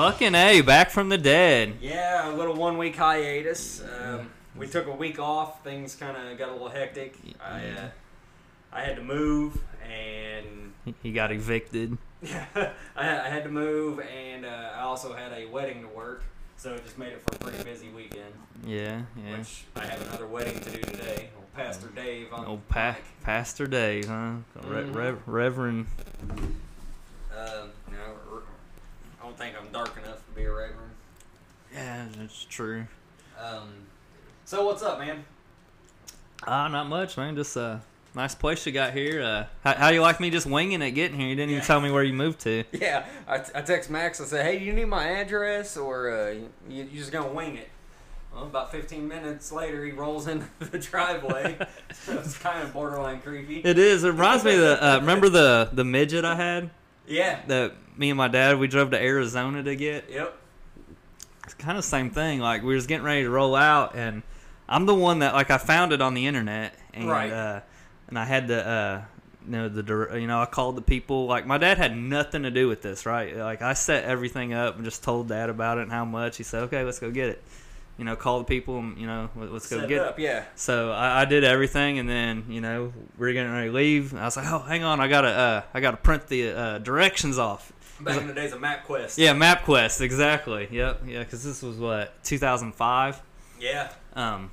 Fucking A, back from the dead. Yeah, a little one week hiatus. Um, we took a week off. Things kind of got a little hectic. Ah, I, uh, I had to move and He got evicted. I, I had to move and uh, I also had a wedding to work. So it just made it for a pretty busy weekend, Yeah, yeah. which I have another wedding to do today. Old Pastor Dave on Old pa- Pastor Dave, huh? Re- Mhm. Rev- Reverend. Um, you know, r- I don't think I'm dark enough to be a reverend. Yeah, that's true. Um, so what's up, man? Ah, not much, man. Just a uh, nice place you got here. Uh, how, how you like me just winging it getting here? You didn't even Yeah. tell me where you moved to. Yeah, I, t- I text Max. I said, "Hey, do you need my address, or uh, you, you just gonna wing it?" Well, about 15 minutes later, he rolls into the driveway. so it's kind of borderline creepy. It is. It reminds me of the. Uh, remember the the midget I had Yeah. that me and my dad we drove to Arizona to get. Yep. It's kind of same thing. Like we was getting ready to roll out, and I'm the one that like I found it on the internet, and Right. uh, and I had to. Uh, you know the dir- you know I called the people like my dad had nothing to do with this right like I set everything up and just told dad about it and how much he said okay let's go get it you know call the people and you know let- let's go Set get it it up. Yeah. So I, I did everything, and then you know we are getting ready to leave. And I was like, oh, hang on, I gotta uh, I gotta print the uh, directions off. Back in the days of MapQuest. Yeah, MapQuest, exactly. Yep, yeah, because this was what 2005. Yeah. Um,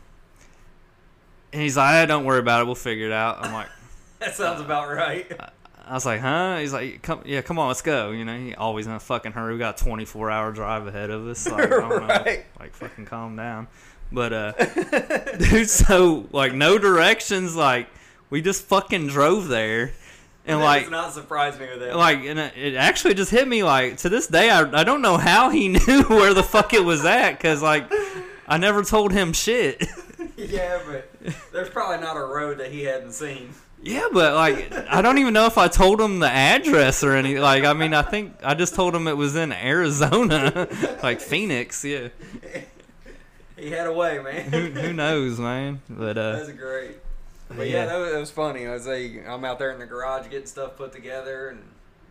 and he's like, "Ah, don't worry about it, we'll figure it out. I'm like, That sounds about right. I was like, huh? He's like, come, yeah, come on, let's go. You know, he always in a fucking hurry. We got a 24 hour drive ahead of us. Like, I don't know, Right. like fucking calm down. But uh, dude, so like no directions. Like we just fucking drove there, and that like. does not surprise me with that. Like and it- it actually just hit me like to this day I, I don't know how he knew where the fuck it was at because like I never told him shit. yeah, but there's probably not a road that he hadn't seen. Yeah, but like I don't even know if I told him the address or any. Like I mean, I think I just told him it was in Arizona, like Phoenix. Yeah, He had a way, who, man. who knows, man? But uh, That's great. But yeah, Yeah. that was, that was funny. I was like, I'm out there in the garage getting stuff put together, and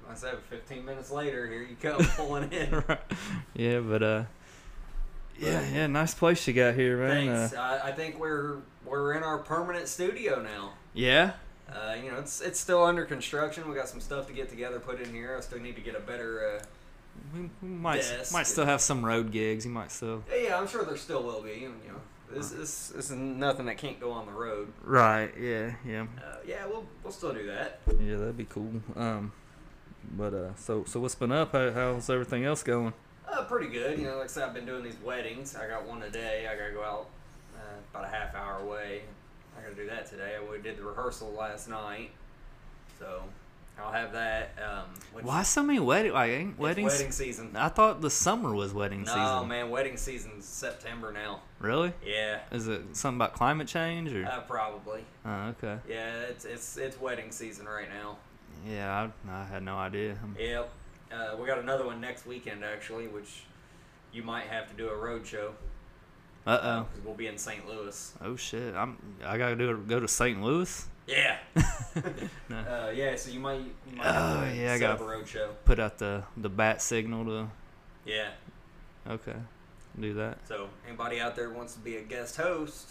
I said, 15 minutes later, here you come pulling in. yeah, but uh, yeah, yeah, nice place you got here, man. Uh, Thanks. I, I think we're we're in our permanent studio now. yeah, Uh, you know, it's it's still under construction. We got some stuff to get together, put in here. I still need to get a better. uh, we, we might Yes. might still have some road gigs. You might still Uh, yeah, I'm sure there still will be. You know, this this, this is nothing that can't go on the road. right. Yeah, yeah, Uh, yeah, we'll we'll still do that. yeah. That'd be cool. Um, but uh, so so what's been up? How, how's everything else going? Uh, pretty good. You know, like I said, I've been doing these weddings. I got one today. I gotta go out uh, about a half hour away. I gotta do that today. We did the rehearsal last night, so I'll have that. Um, which- Why so many wedding? Like ain't it's weddings. Wedding season. I thought the summer was wedding no, season. man, wedding season's September now. Really? Yeah, Is it something about climate change or? uh, probably. oh, okay. Yeah, it's it's it's wedding season right now. Yeah, I, I had no idea. Um, Yep. Uh, we got another one next weekend actually, which you might have to do a road show Uh oh. because we'll be in St. Louis. Oh shit. I'm. I gotta do go to St. Louis. Yeah. No. Uh, yeah, so you might, you might Oh, have to yeah, I set got- up a road show. Put out the the bat signal to. Yeah. Okay. Do that. So anybody out there wants to be a guest host,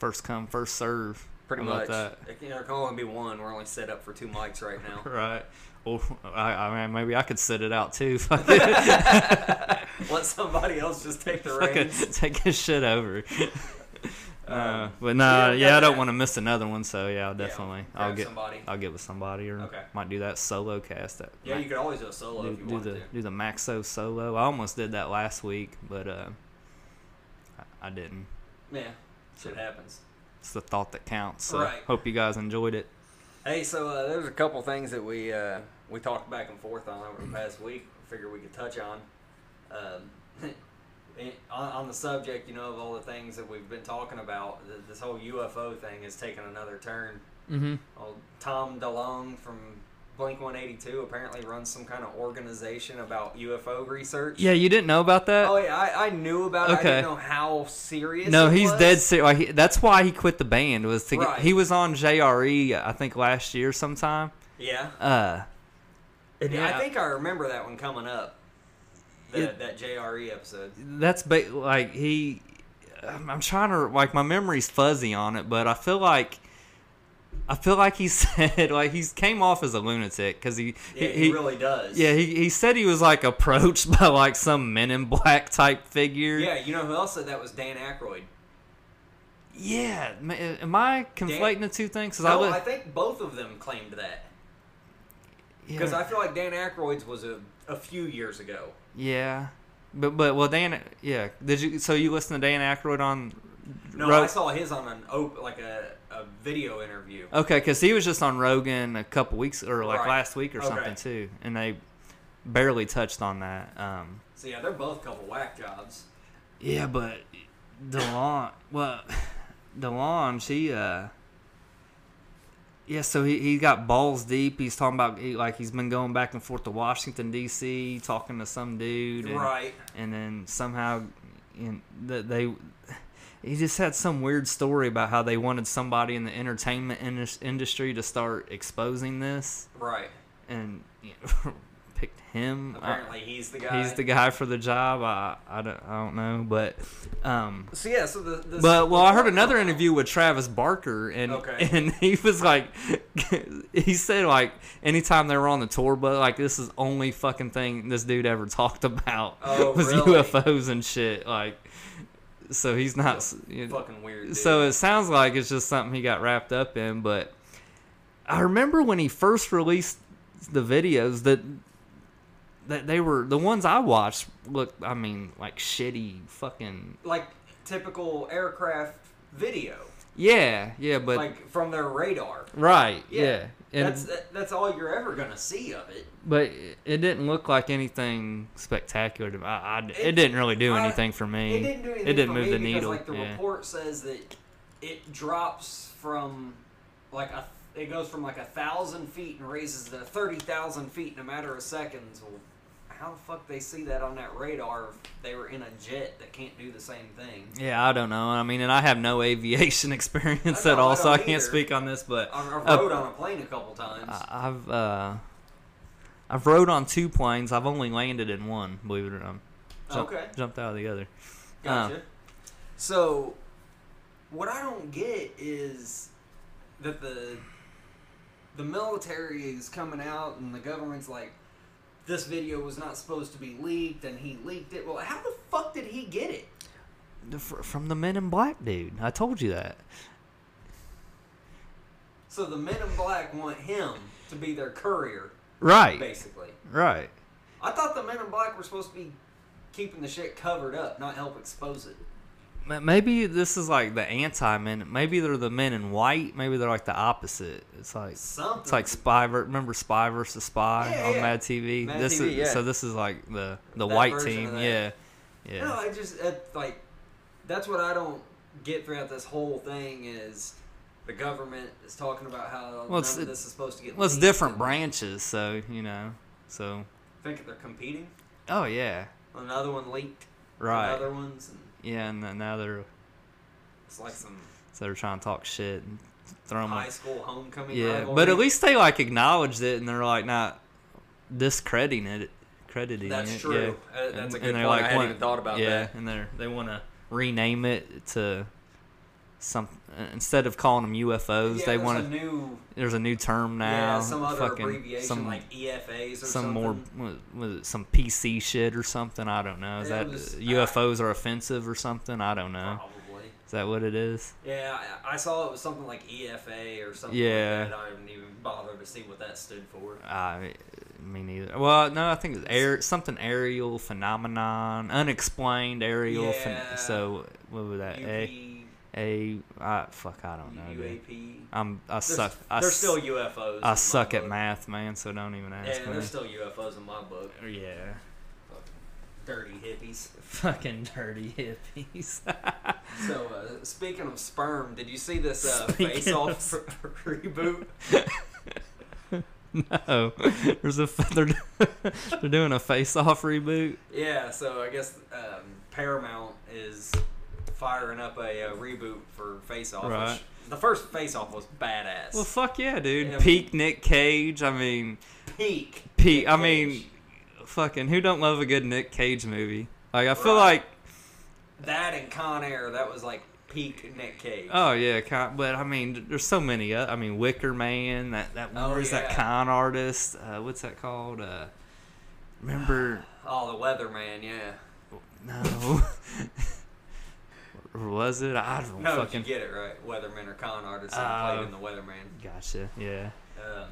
First come, first serve. pretty How about much. that? They can, there can only be one. We're only set up for two mics right now. Right. Or I, I mean, maybe I could sit it out too. Fuck Let somebody else just take the Fucking reins. take his shit over. uh, Um, but nah, yeah, yeah, I don't yeah. want to miss another one, so yeah, I'll Yeah, definitely. I'll grab get somebody. I'll get with somebody or Okay. might do that solo cast. That Yeah, Ma- you could always do a solo do, if you do want the to. do the Maxo solo. I almost did that last week, but uh, I, I didn't. Yeah, shit happens. It's the thought that counts. So Right. hope you guys enjoyed it. Hey, so uh, there's a couple things that we uh, we talked back and forth on over the past week. Figure we could touch on. Um, and on, on the subject, you know, of all the things that we've been talking about, th- this whole UFO thing is taking another turn. Mm-hmm. Old Tom DeLonge from Blink 182 apparently runs some kind of organization about UFO research. Yeah, you didn't know about that? Oh yeah, I, I knew about it. I Okay. didn't know how serious. no, it he's was. dead serious. Like, he, that's why he quit the band was to Right. get, he was on JRE I think last year sometime. Yeah. Uh, I think I remember that one coming up. That, It- that JRE episode. that's ba- like he I'm, I'm trying to like my memory's fuzzy on it but i feel like i feel like he said like he's came off as a lunatic because he, Yeah, he, really does. yeah he, he said he was like approached by like some men in black type figure Yeah, you know who else said that was Dan Aykroyd. yeah ma- am i conflating the two things 'Cause No, li- I think both of them claimed that because yeah. I feel like Dan Aykroyd's was a, a few years ago. yeah but but well dan yeah did you so you listen to dan Aykroyd on No, Ro- I saw his on an op- like a, a video interview. Okay, because he was just on Rogan a couple weeks or like Right. last week or Okay. something too, and they barely touched on that. Um, So yeah, they're both couple whack jobs. yeah, but DeLon, well, DeLon, she, uh, yeah, so he, he got balls deep. He's talking about he, like he's been going back and forth to Washington D.C. talking to some dude, and, Right. and then somehow in that they he just had some weird story about how they wanted somebody in the entertainment indus- industry to start exposing this Right. and you know, picked him Mm, I- Apparently, he's the guy. he's the guy for the job i i don't, I don't know but um So yeah, so the, the but well, I heard the- another interview with Travis Barker, and Okay. and he was like, he said like anytime they were on the tour, but like this is only fucking thing this dude ever talked about Oh, was really? UFOs and shit. Like, so he's not. s- you know- Fucking weird. Dude. so it sounds like it's just something he got wrapped up in. But I remember when he first released the videos that that they were the ones I watched. Look, I mean, like shitty fucking like typical aircraft video, yeah, yeah, but. like from their radar. Right. Yeah. And that's that, that's all you're ever gonna see of it. but it didn't look like anything spectacular. To, I, I- it, It- didn't really do I- anything for me. It didn't do anything. It didn't for move me the because, needle. Like the yeah. report says that it drops from like a it goes from like a thousand feet and raises to thirty thousand feet in a matter of seconds. Well, how the fuck they see that on that radar if they were in a jet that can't do the same thing? yeah, I don't know. I mean, and I have no aviation experience I at know, I all, so I don't can't either. speak on this. But I, I Uh, rode on a plane a couple times. I, I've uh, I've rode on two planes. I've only landed in one. Believe it or not. Jump- Okay. Jumped out of the other. Gotcha. Um, so, what I don't get is that the the military is coming out and the government's like, this video was not supposed to be leaked and he leaked it. Well, how the fuck did he get it? The- fr- From the Men in Black dude. I told you that. So the men in black want him to be their courier, Right. basically. Right. I thought the men in black were supposed to be keeping the shit covered up, not help expose it. Ma- Maybe this is like the anti men. Maybe they're the men in white. Maybe they're like the opposite. It's like Something. it's like spy. Ver- remember spy versus spy Yeah, on yeah. Mad TV. Mad this TV, is yeah. so. This is like the the That white version of team. that. Yeah, yeah. No, I just it, like that's what I don't get throughout this whole thing is the government is talking about how Well, it's- none of this is supposed to get. well, it's leaked. different branches, so you know. So Think they're competing. oh yeah, Another one leaked. right. Another ones, and Yeah, and then now they're it's like some so they're trying to talk shit and throw them. high school homecoming. yeah, rivalry. but at least they like acknowledged it and they're like not discrediting it. Crediting that's it. true. Yeah. Uh, And- that's a good and point. they're I like, hadn't "What- even thought about yeah, that. and they they want to rename it to some uh, instead of calling them UFOs, Yeah, they there's want a to. new There's a new term now. yeah some other fucking abbreviation some, like EFAs or some something. more was, was it some PC shit or something. I don't know. Is It that was- UFOs are offensive or something? I don't know. probably. Is that what it is? Yeah, I I saw it was something like EFA or something Yeah. like that. I didn't even bother to see what that stood for. I Uh, me neither. Well, no, I think it's air something aerial phenomenon, unexplained aerial. phen- Yeah. so what would that a UP, a I, fuck I don't know. Dude. UAP. I'm I There's- suck. I, they're s- still UFOs. in I my suck at book. math, man. So don't even ask Yeah, me. they're still UFOs in my book. yeah, Dirty hippies. fucking dirty hippies. So, uh, speaking of sperm, did you see this uh, Speaking Face Off of reboot? No, there's a f- they're they're doing a Face Off reboot. Yeah, so I guess um, Paramount is firing up a, uh reboot for Face Off. Right. The first Face Off was badass. Well, fuck yeah, dude. Yeah. Peak Nick Cage. I mean, peak. peak. Nick I mean, Cage. fucking who don't love a good Nick Cage movie? Like I feel Right. like that and Con Air, that was like peak Nick Cage. oh yeah, con, but I mean, there's so many. Uh, I mean, Wicker Man. That that Oh, where's that yeah. con artist? Uh, what's that called? Uh, remember. Oh, the Weatherman, yeah. No. or was it? I don't No, Oh, fucking. you get it right. Weatherman or con artist Oh. that played in the Weatherman. Gotcha. Yeah. Um,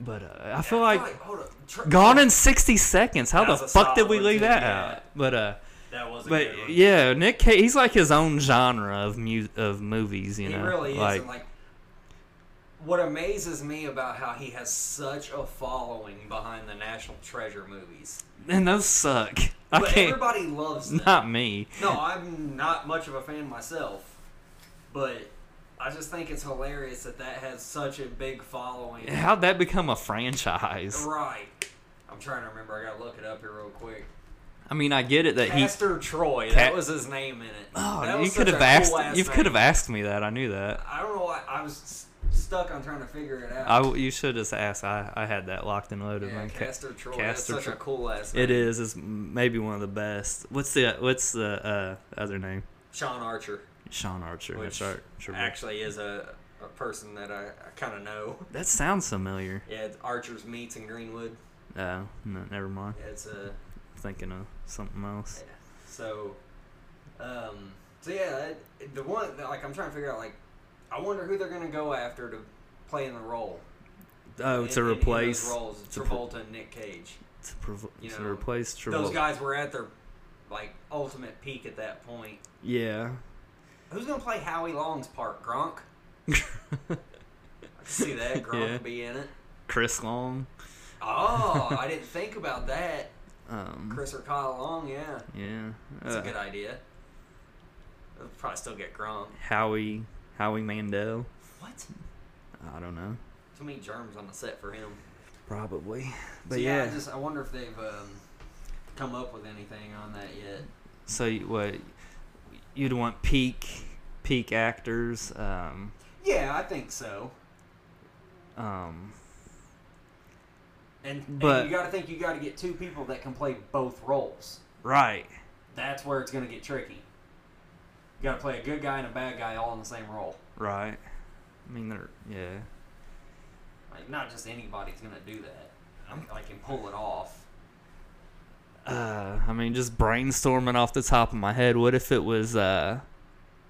But uh, I feel like hold up, Tr- Gone in 60 Seconds. How That the was a fuck did solid we one, leave too, that yeah. out? But uh, That was a but good one. yeah, Nick Cage. He's like his own genre of mu- of movies. You he know, really is. like and like, what amazes me about how he has such a following behind the National Treasure movies. and those suck. I but can't. everybody loves them. Not me. No, I'm not much of a fan myself, but I just think it's hilarious that that has such a big following. How'd that become a franchise? Right. I'm trying to remember. I gotta look it up here real quick. I mean, I get it that he. Caster Troy. Ca- that was his name in it. that Oh, was you could such have a asked. cool-ass you name. could have asked me that. I knew that. I don't know why I was s- stuck on trying to figure it out. I w you should have asked. I, I had that locked and loaded. yeah, man. Ca- Caster Troy. That's Castor such Troy. a cool ass. It name. is. It's maybe one of the best. What's the What's the uh, other name? Sean Archer, Sean Archer. Which that's right. Sure. actually, is a, a person that I, I kind of know. that sounds familiar. Yeah, it's Archer's Meats in Greenwood. Uh, no, never mind. Yeah, it's a Thinking of something else. So, um, so yeah, that, the one like I'm trying to figure out like, I wonder who they're gonna go after to play in the role. Oh, in, to in- in replace those roles, to pr- Travolta and Nick Cage. to, prov- you to know, replace Those Travolta. guys were at their like ultimate peak at that point. Yeah. Who's gonna play Howie Long's part? Gronk. I can see that Gronk Yeah. be in it. Chris Long. Oh, I didn't think about that. Um. Chris or Kyle Long, yeah, Yeah. that's uh, a good idea. They'll probably still get Gronk. Howie Howie Mandel. What? I don't know. Too many germs on the set for him. Probably. So But yeah, yeah. I just I wonder if they've um, come up with anything on that yet. so you, what? You'd want peak peak actors. Um. Yeah, I think so. Um. And, and But- you got to think you got to get two people that can play both roles. Right. That's where it's going to get tricky. You got to play a good guy and a bad guy all in the same role. Right. I mean, they're yeah. Like not just anybody's going to do that. I'm, I can pull it off. Uh, I mean, just brainstorming off the top of my head. What if it was uh,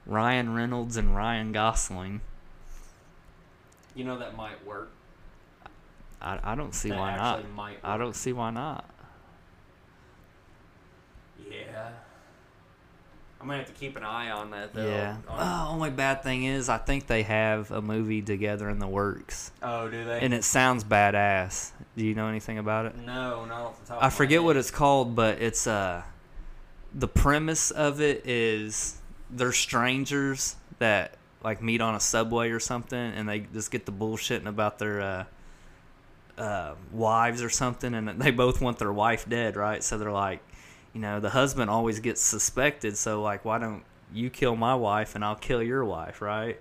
Ryan Reynolds and Ryan Gosling? You know that might work. I, I don't see That why not. actually might I work. don't see why not. Yeah. I'm gonna have to keep an eye on that though. Yeah. On- Oh, only bad thing is I think they have a movie together in the works, oh, do they? and it sounds badass. Do you know anything about it? no, not off the top. I forget what it's called, but it's uh the premise of it is they're strangers that like meet on a subway or something and they just get the bullshitting about their uh uh, wives or something, and they both want their wife dead, right? So they're like, you know, the husband always gets suspected, so like, why don't you kill my wife and I'll kill your wife, right?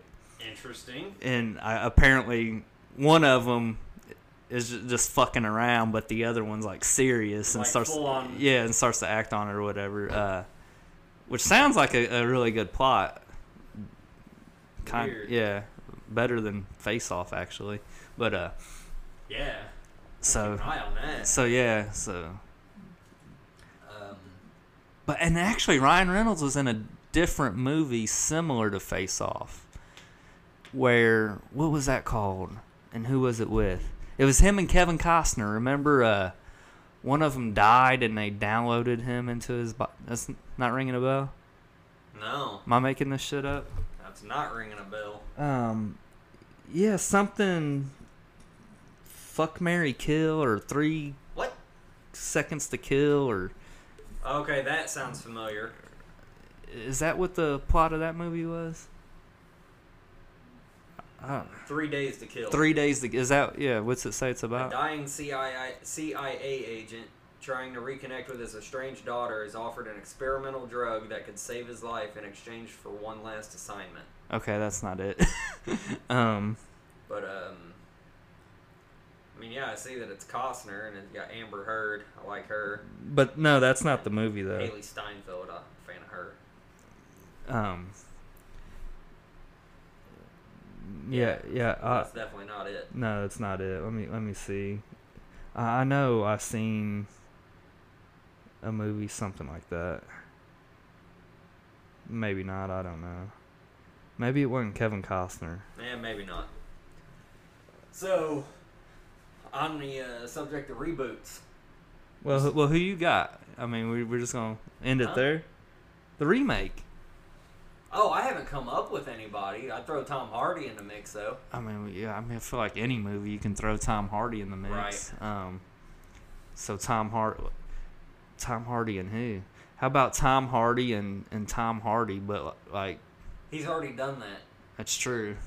Interesting. and I, apparently one of them is ju- just fucking around, but the other one's like serious and Like, starts, full on. yeah, and starts to act on it or whatever. Uh, which sounds like a, a really good plot. Kind, Weird. yeah, better than Face Off actually. But uh, Yeah. so Keep an eye on that. so yeah, so Um, but and actually Ryan Reynolds was in a different movie similar to Face Off, where what was that called? And who was it with? It was him and Kevin Costner. Remember, uh, one of them died and they downloaded him into his. Bo- That's not ringing a bell. no, Am I making this shit up? that's not ringing a bell. Um, yeah, something. Fuck Mary Kill or three What? seconds to kill or Okay, that sounds familiar. Is that what the plot of that movie was? I don't Three days to kill. Three days. To, is that yeah? What's it say? It's A about. dying CIA, CIA agent trying to reconnect with his estranged daughter is offered an experimental drug that could save his life in exchange for one last assignment. Okay, that's not it. um, But um, I mean, yeah, I see that it's Costner and it's got Amber Heard. I like her. but no, that's not the movie though. Haley Steinfeld. I'm a fan of her. Um. Yeah, yeah. Uh, That's definitely not it. no, that's not it. Let me let me see. I I know I've seen a movie something like that. Maybe not. I don't know. Maybe it wasn't Kevin Costner. Yeah, maybe not. So, on the uh, subject of reboots, Well, who- well, who you got? I mean, we, we're just gonna end it Huh? there. The remake. oh, I haven't come up with anybody. I'd throw Tom Hardy in the mix though. I mean, yeah. I mean, I feel like any movie you can throw Tom Hardy in the mix. Um, so Tom Hard, Tom Hardy and who? How about Tom Hardy and and Tom Hardy? But like, He's already done that. that's true.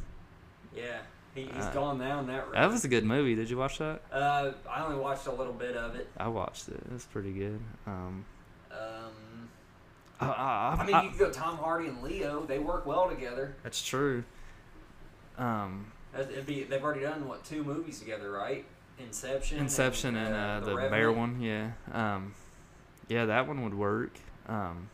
Yeah, he, he's Uh, gone down that road. That was a good movie. Did you watch that? uh, I only watched a little bit of it. I watched it. It was pretty good. Um, Um, I, I, I I, mean, you could go Tom Hardy and Leo. They work well together. that's true. Um, That- It'd be, they've already done what two movies together, right? Inception. Inception and uh, the bear Revenant. one, yeah. Um, yeah, that one would work. Um,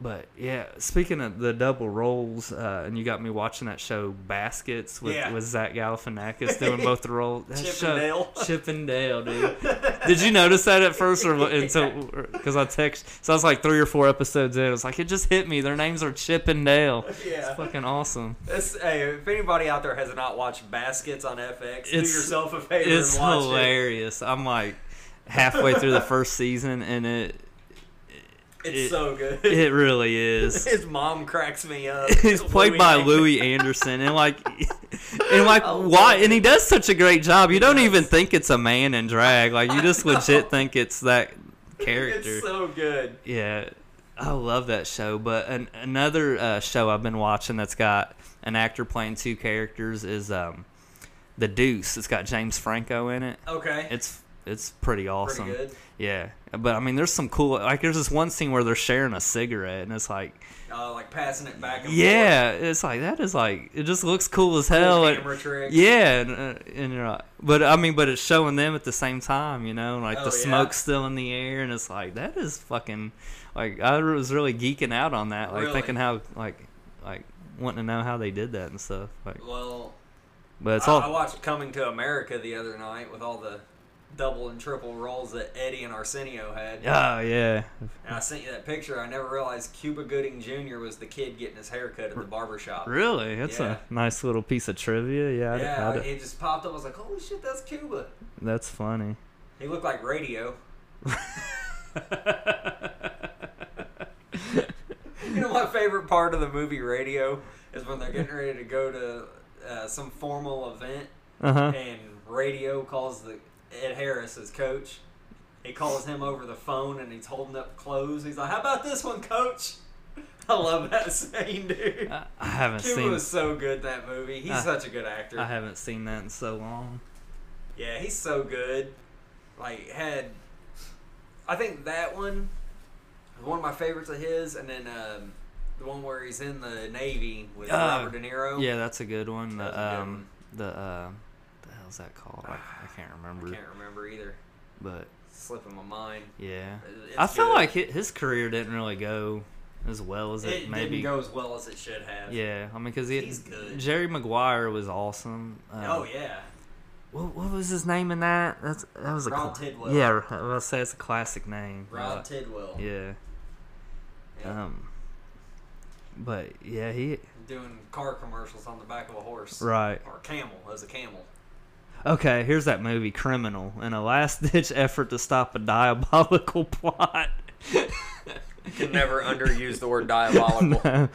but yeah, speaking of the double roles, uh, and you got me watching that show Baskets with, Yeah. with Zach Galifianakis doing both the roles. That Chip show- and Dale. Chip and Dale, dude. Did you notice that at first, or until because I text? So I was like three or four episodes in. It was like it just hit me. Their names are Chip and Dale. It's Yeah. fucking awesome. This, hey, if anybody out there has not watched Baskets on FX, do It's- yourself a favor it's and watch hilarious. I'm like halfway through the first season, and it it. It's It- so good. it really is. His mom cracks me up. He's played by Ang- Louis Anderson, and like, and like, I love why? it. And he does such a great job. You He don't does. even think it's a man in drag. Like you just legit think it's that character. It's so good. Yeah, I love that show. But an, another uh, show I've been watching that's got an actor playing two characters is um, The Deuce. It's got James Franco in it. Okay. It's it's pretty awesome. Pretty good. Yeah, but I mean, there's some cool. Like, there's this one scene where they're sharing a cigarette, and it's like, Uh, like passing it back and forth. yeah, it's like that is like it just looks cool as hell. Cool and- camera trick. yeah, and, uh, and you're like, but I mean, but it's showing them at the same time, you know, like Oh, the yeah. smoke's still in the air, and it's like that is fucking like I was really geeking out on that, like Really? thinking how like like wanting to know how they did that and stuff. Like, Well, but it's I, all I watched Coming to America the other night with all the double and triple roles that Eddie and Arsenio had. oh yeah, And I sent you that picture. I never realized Cuba Gooding Jr. was the kid getting his hair cut at the barber shop. really, that's Yeah. a nice little piece of trivia. Yeah, I d- I Yeah, d- it just popped up. I was like, holy shit, that's Cuba. that's funny. He looked like radio. You know, my favorite part of the movie Radio is when they're getting ready to go to uh, some formal event, Uh huh. and Radio calls the Ed Harris his coach. He calls him over the phone, and he's holding up clothes. He's like, "How about this one, coach?" I love that scene, dude. I I haven't Cuba seen was so good in that movie. He's I- such a good actor. I haven't seen that in so long. Yeah, he's so good. Like had, I think that one, was one of my favorites of his, and then um, the one where he's in the Navy with Uh, Robert De Niro. Yeah, that's a good one. That was The a good um the uh, the hell's that called? I, I can't I remember. can't remember either. But Slipping my mind. yeah, It's I feel good. like hi- his career didn't really go as well as it, it, maybe. didn't go as well as it should have. yeah, I mean, because he He's good. Jerry Maguire was awesome. Um, Oh yeah. What, what was his name in that? That's that was a Rod cla- Tidwell. Yeah, I was gonna say it's a classic name. Rod Uh, Tidwell. Yeah. Yeah. Um. But yeah, he Doing car commercials on the back of a horse. right. Or camel. As a camel. Okay, here's that movie, Criminal, in a last ditch effort to stop a diabolical plot. You can never underuse the word diabolical.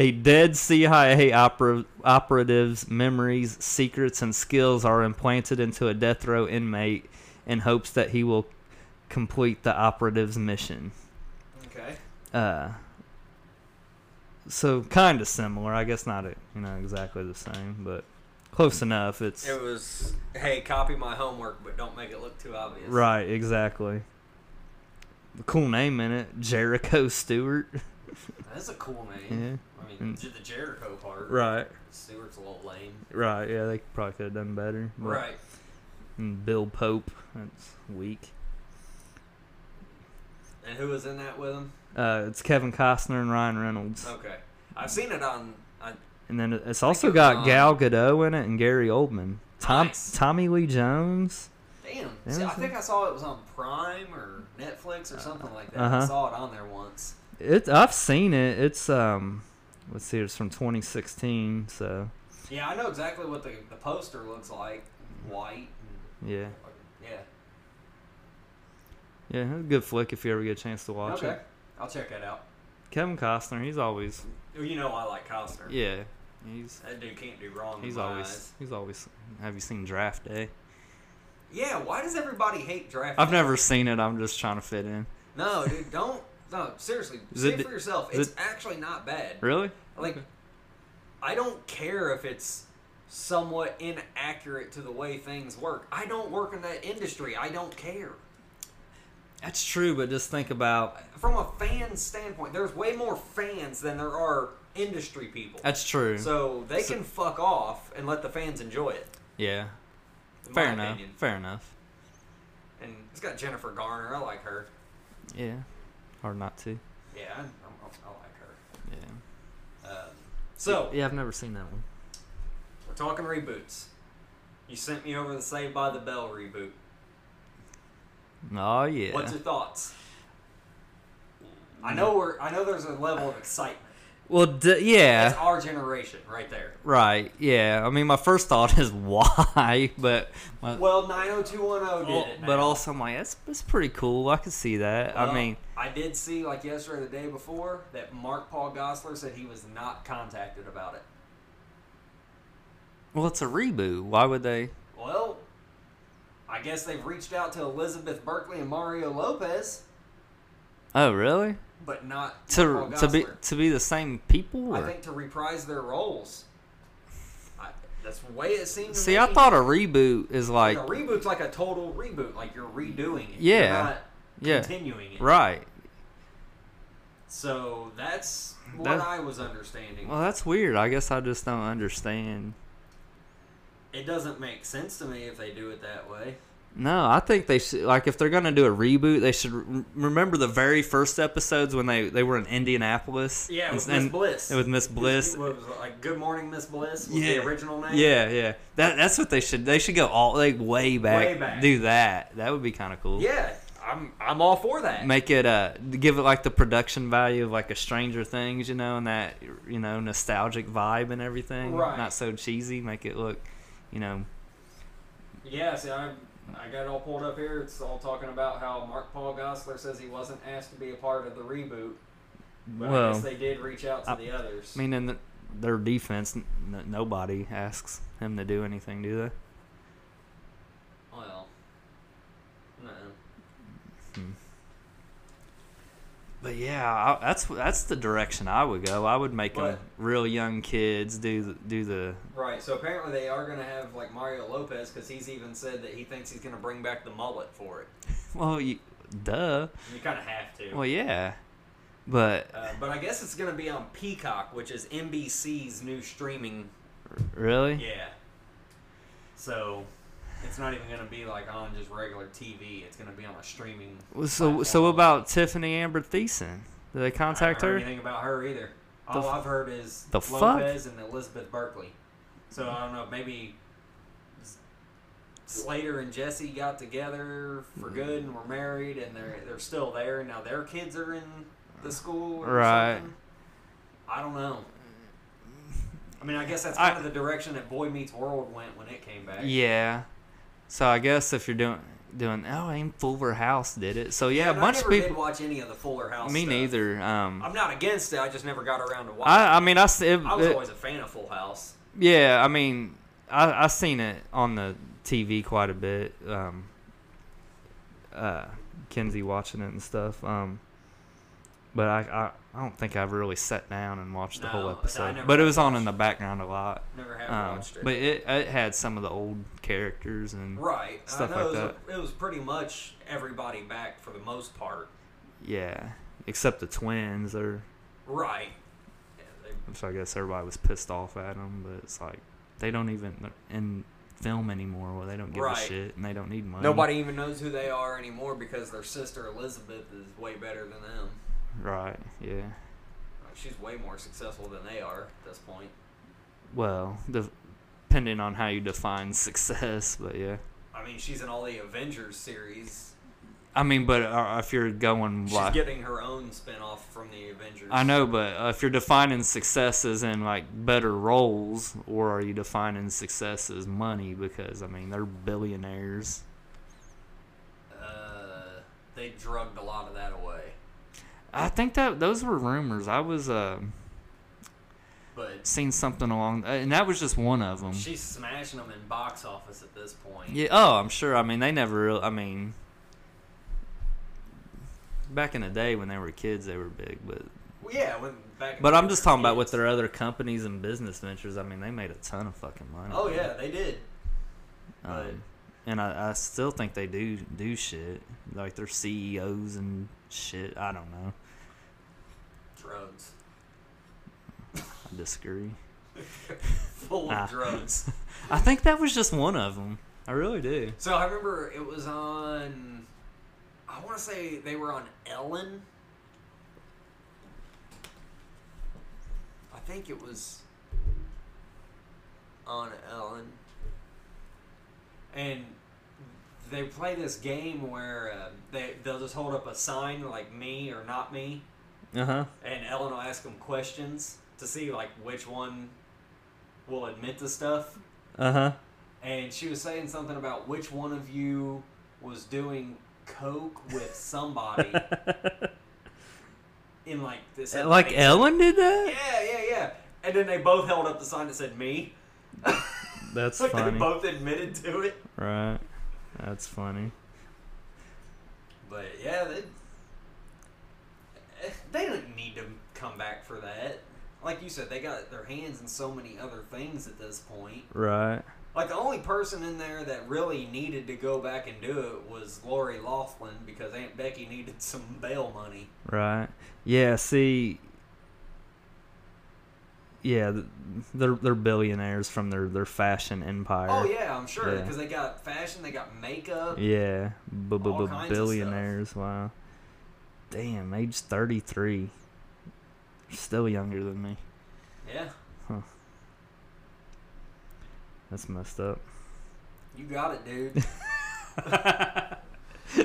a dead CIA oper- operative's memories, secrets, and skills are implanted into a death row inmate in hopes that he will complete the operative's mission. Okay. Uh, so kind of similar. I guess not, you know, exactly the same, but close enough. It's It was, hey, copy my homework, but don't make it look too obvious. right, exactly. Cool name in it, Jericho Stewart. That's a cool name. Yeah. I mean, And- j- the Jericho part. Right, Stewart's a little lame. right. Yeah, they probably could have done better. but- Right. And Bill Pope, that's weak. And who was in that with him? Uh, it's Kevin Costner and Ryan Reynolds, Okay. I've seen it on. on and then it's Oh. I also think it got was on- Gal Gadot in it and Gary Oldman. Tom Nice. Tommy Lee Jones. damn. Yeah, See, I that's think I saw it was on Prime or Netflix or something like that. I uh-huh. saw it on there once. It I've seen it. It's um, let's see, it's from 2016. So Yeah, I know exactly what the, the poster looks like. White. yeah, and- Yeah. yeah, it's a good flick if you ever get a chance to watch okay. it. I'll check that out. Kevin Costner, he's always Well, You know I like Costner. yeah, he's That dude can't do wrong. in he's my always eyes. he's always. Have you seen Draft Day? Yeah. Why does everybody hate draft? I've never seen it. I'm just trying to fit in. No, dude, don't. No, seriously, Is see it it the- for yourself. is It's it- actually not bad. Really? Like, I don't care if it's somewhat inaccurate to the way things work. I don't work in that industry. I don't care. That's true, but just think about From a fan standpoint, there's way more fans than there are industry people. that's true. So they So- can fuck off and let the fans enjoy it. yeah, in fair my enough. opinion. Fair enough. And it's got Jennifer Garner. I like her. Yeah, hard not to. Yeah, I, I'm, I like her. Yeah. Um, so yeah, I've never seen that one. We're talking reboots. You sent me over the Saved by the Bell reboot. Oh yeah. What's your thoughts? I know we're. I know there's a level of excitement. well, d- yeah. That's our generation right there. Right. Yeah. I mean, my first thought is why, but my, Well, 90210 did well, it. but now. also I'm like, that's that's pretty cool. I could see that. I Well, mean, I did see like yesterday, or the day before, that Mark Paul Gossler said he was not contacted about it. well, it's a reboot. Why would they? Well, I guess they've reached out to Elizabeth Berkley and Mario Lopez, Oh, really? but not To Mark Paul to be Gosselaar. to be the same people? I or- think to reprise their roles. I, that's the way it seems. see, I thought a reboot is like, a reboot's like a total reboot, like you're redoing it. Yeah. You're Yeah. not continuing it. right. So that's what That- I was understanding. Well, that's weird. I guess I just don't understand. it doesn't make sense to me if they do it that way. No, I think they should. Like, if they're gonna do a reboot, they should re- remember the very first episodes when they they were in Indianapolis. Yeah, and- with Miss and- Bliss. and with Miss Bliss. What was it, like Good Morning Miss Bliss was Yeah. the original name. Yeah, yeah. That that's what they should. They should go all like way back. Way back. Do that. That would be kind of cool. Yeah, I'm I'm all for that. Make it uh give it like the production value of like a Stranger Things, you know, and that you know nostalgic vibe and everything. Right. Not so cheesy. Make it look, you know. Yeah, see, I I got it all pulled up here. It's all talking about how Mark Paul Gossler says he wasn't asked to be a part of the reboot, but I well, guess they did reach out to I- the others. I mean, in the, their defense, n- n- nobody asks him to do anything, do they? well, no. But yeah, I, that's that's the direction I would go. I would make them But- real young kids do the, do the Right, so apparently they are going to have like Mario Lopez because he's even said that he thinks he's going to bring back the mullet for it. well, you, duh. You kind of have to. Well, yeah, but uh, but I guess it's going to be on Peacock, which is NBC's new streaming. really, Yeah. So it's not even going to be like on just regular TV. It's going to be on a streaming. Well, so so what about Tiffany Amber Thiessen? Did they contact I haven't heard her? anything about her either. The All f- I've heard is the fuck? Lopez and Elizabeth Berkley. So I don't know. Maybe S- Slater and Jesse got together for Mm-hmm. good and were married, and they're they're still there. and Now their kids are in the school, or Right. Something. I don't know. I mean, I guess that's I- kind of the direction that Boy Meets World went when it came back. Yeah. So I guess if you're doing doing oh, ain't Fuller House did it? So yeah, And a bunch I of never people. did watch any of the Fuller House. Me stuff. neither. Um, I'm not against it. I just never got around to watching. I I mean I s- it, it. I was it- always a fan of Full House. yeah I mean I I seen it on the TV quite a bit. Um, uh, Kenzie watching it and stuff. Um, But I, I, I don't think I've really sat down and watched the No, whole I episode. never But it have was on in watched. the background a lot. Never have Um, watched it. But it, it had some of the old characters and right. stuff I know like it was, It was pretty much everybody back for the most part. yeah, except the twins. Or Right. Yeah, they- so I guess everybody was pissed off at them. But it's like they don't even they're in film anymore. Where they don't give Right. a shit and they don't need money. Nobody even knows who they are anymore because their sister Elizabeth is way better than them. Right. Yeah. Like, she's way more successful than they are at this point. Well, the, depending on how you define success, but yeah. I mean, she's in all the Avengers series. I mean, but uh, if you're going She's like, getting her own spin-off from the Avengers. I know, but uh, if you're defining success as in like better roles, or are you defining success as money? Because I mean, they're billionaires. Uh, they drugged a lot of that away, I think that those were rumors. I was uh, but seeing something along, uh, and that was just one of them. she's smashing them in box office at this point. Um, Yeah. Oh, I'm sure. I mean, they never. Real, I mean, back in the day when they were kids, they were big, but Well, yeah. When back. in But the I'm just talking about with kids. their other companies and business ventures. I mean, they made a ton of fucking money. Oh yeah, they did. right. Um, and I, I still think they do do shit. Like they're CEOs and shit. I don't know. Drugs. I disagree. Full Ah. of drugs. I think that was just one of them. I really do. So I remember it was on. I want to say they were on Ellen. I think it was on Ellen. And they play this game where uh, they, they'll just hold up a sign like me or not me, Uh huh. and Ellen will ask them questions to see like which one will admit to stuff Uh huh. and she was saying something about which one of you was doing coke with somebody in like this Like Ellen did yeah that. yeah yeah and then they both held up the sign that said me That's like they funny. both admitted to it Right. That's funny. but yeah they, eh, they didn't need to come back for that like you said they got their hands in so many other things at this point Right. Like the only person in there that really needed to go back and do it was Lori Laughlin because Aunt Becky needed some bail money. Right. Yeah. See. Yeah, th- they're they're billionaires from their their fashion empire. Oh yeah, I'm sure Yeah. because they got fashion, they got makeup. Yeah, b- b- b- All kinds of billionaires. Wow. Damn, age thirty three. Still younger than me. Yeah, That's messed up. you got it, dude.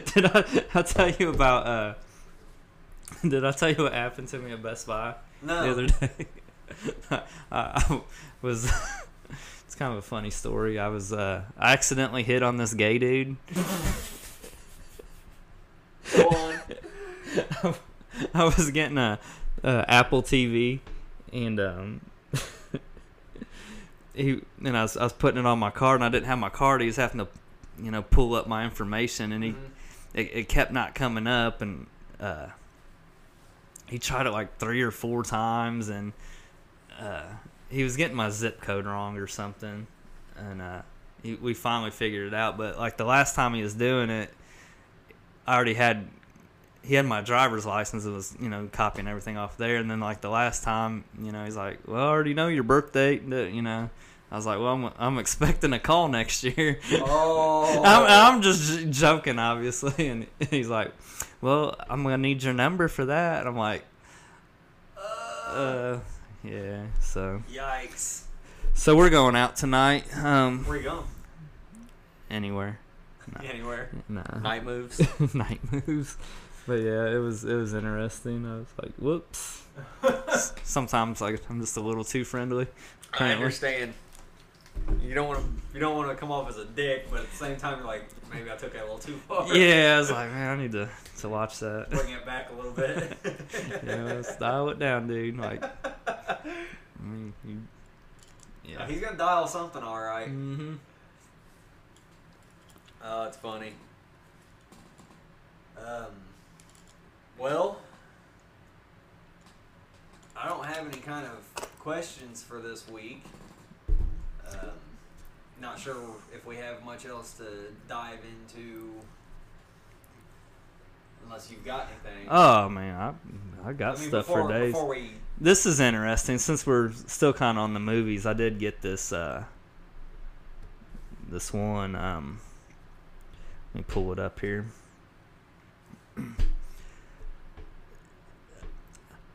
did I? I tell you about? uh Did I tell you what happened to me at Best Buy No, the other day? I, I was. it's kind of a funny story. I was. uh I accidentally hit on this gay dude. go on. I was getting a, a Apple TV, and um, he and I was, I was putting it on my card, and I didn't have my card. He was having to, you know, pull up my information, and he Mhm. it, it kept not coming up, and uh, he tried it like three or four times, and uh, he was getting my zip code wrong or something, and uh, he, we finally figured it out. But like the last time he was doing it, I already had he had my driver's license and was you know copying everything off there and then like the last time you know he's like well i already know your birth date and that," you know i was like well i'm, I'm expecting a call next year Oh, I'm, I'm just j- joking obviously and he's like well i'm gonna need your number for that and i'm like Uh, uh yeah so yikes. so we're going out tonight um Where you going? anywhere Anywhere? no Night moves. night moves. But yeah, it was it was interesting. I was like, whoops. S- Sometimes like I'm just a little too friendly. I Apparently. understand. You don't want to. You don't want to come off as a dick, but at the same time, you're like, maybe I took that a little too far. Yeah, I was like, man, I need to to watch that. Bring it back a little bit. you know, let's dial it down, dude. Like, I mean, you, yeah. He's gonna dial something, all right. Mm-hmm. Oh, it's funny. Um, well, have any kind of questions for this week. Um, not sure if we have much else to dive into, unless you've got anything. Oh man, I I got I mean, stuff before, for days. Before we, This is interesting. Since we're still kind of on the movies, I did get this uh, this one. Um, let me pull it up here.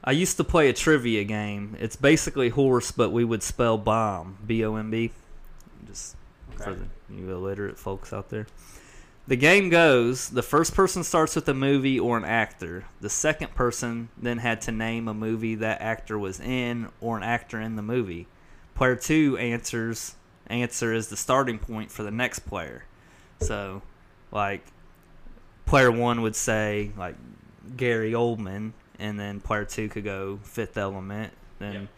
I used to play a trivia game. It's basically horse, but we would spell bomb, B O M B. Just for okay. the you illiterate folks out there. The game goes: the first person starts with a movie or an actor. The second person then had to name a movie that actor was in or an actor in the movie. Player two answers answer is the starting point for the next player. So, like, player one would say like Gary Oldman, and then player two could go Fifth Element, then. Yep.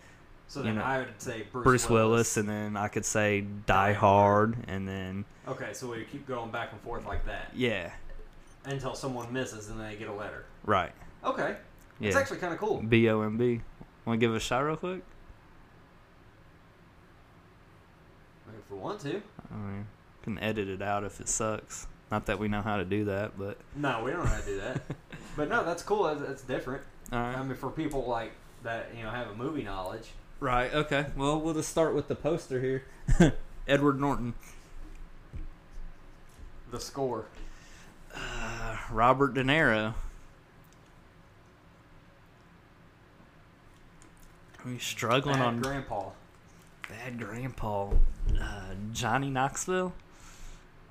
so you then know, I would say Bruce, Bruce Willis, and then I could say Die Hard, and then Okay, so we keep going back and forth like that yeah, until someone misses and they get a letter. right, Okay, it's yeah, actually kind of cool. B O M B. Want to give it a shot real quick? If we want to. I mean, can edit it out if it sucks. Not that we know how to do that, but No, we don't know how to do that. but no, that's cool. That's, that's different. all I right, mean, for people like that, you know, have a movie knowledge. right, okay. Well, we'll just start with the poster here. Edward Norton, The score. uh, Robert De Niro. We're struggling Bad on Grandpa. Bad Grandpa, uh, Johnny Knoxville,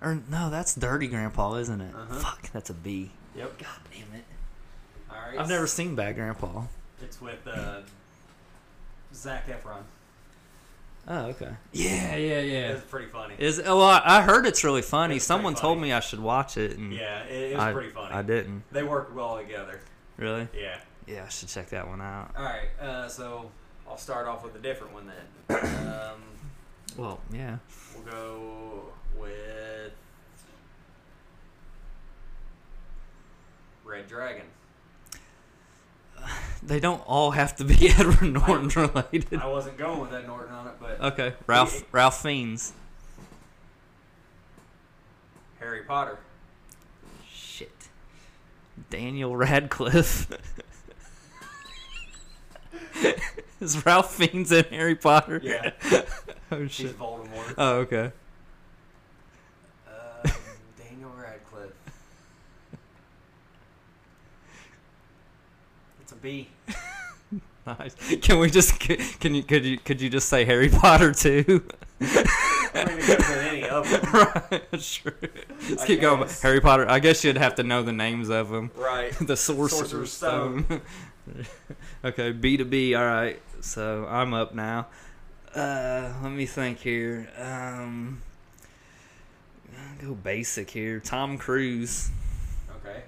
or no, that's Dirty Grandpa, isn't it? Uh-huh. Fuck, that's a B. Yep. God damn it! All right. I've never seen Bad Grandpa. It's with uh, Zach Efron. Oh, okay. Yeah, yeah, yeah. It's pretty funny. Is oh, well, I I heard it's really funny. It's pretty Someone told funny. me I should watch it, and yeah, it, it was Mm. I, pretty funny. I didn't They worked well together. really. Yeah. Yeah, I should check that one out. All right. Uh, so I'll start off with a different one then. um, Well, yeah. we'll go with Red Dragon. They don't all have to be Edward Norton related. I wasn't going with that Norton on it, but Okay, Ralph Ralph Fiennes. Harry Potter. Shit. Daniel Radcliffe. Is Ralph Fiennes in Harry Potter? Yeah, Oh she's shit. Voldemort. Oh okay. Um, Daniel Radcliffe. It's a B. Nice. Can we just can you could you could you just say Harry Potter too? I mean, it could have been any of them. right. Sure. Let's I keep going. guess. Harry Potter. I guess you'd have to know the names of them. Right. the Sorcerer's, Sorcerer's Stone. okay, B to B. All right, so I'm up now. Uh, let me think here. Um, I'll go basic here. Tom Cruise. Okay.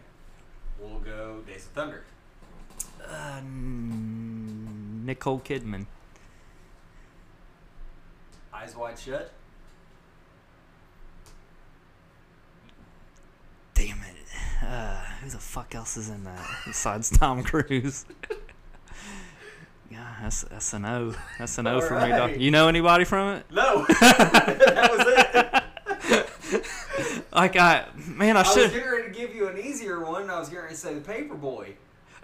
We'll go Days of Thunder. Uh, Nicole Kidman. Eyes Wide Shut. Damn it. Uh, who the fuck else is in that besides Tom Cruise? Yeah, that's, that's an O. That's an O for me, Alright. Doc. You know anybody from it? No, that was it. Like I, man, I, I was should. getting ready to give you an easier one. and I was getting ready to say the Paperboy.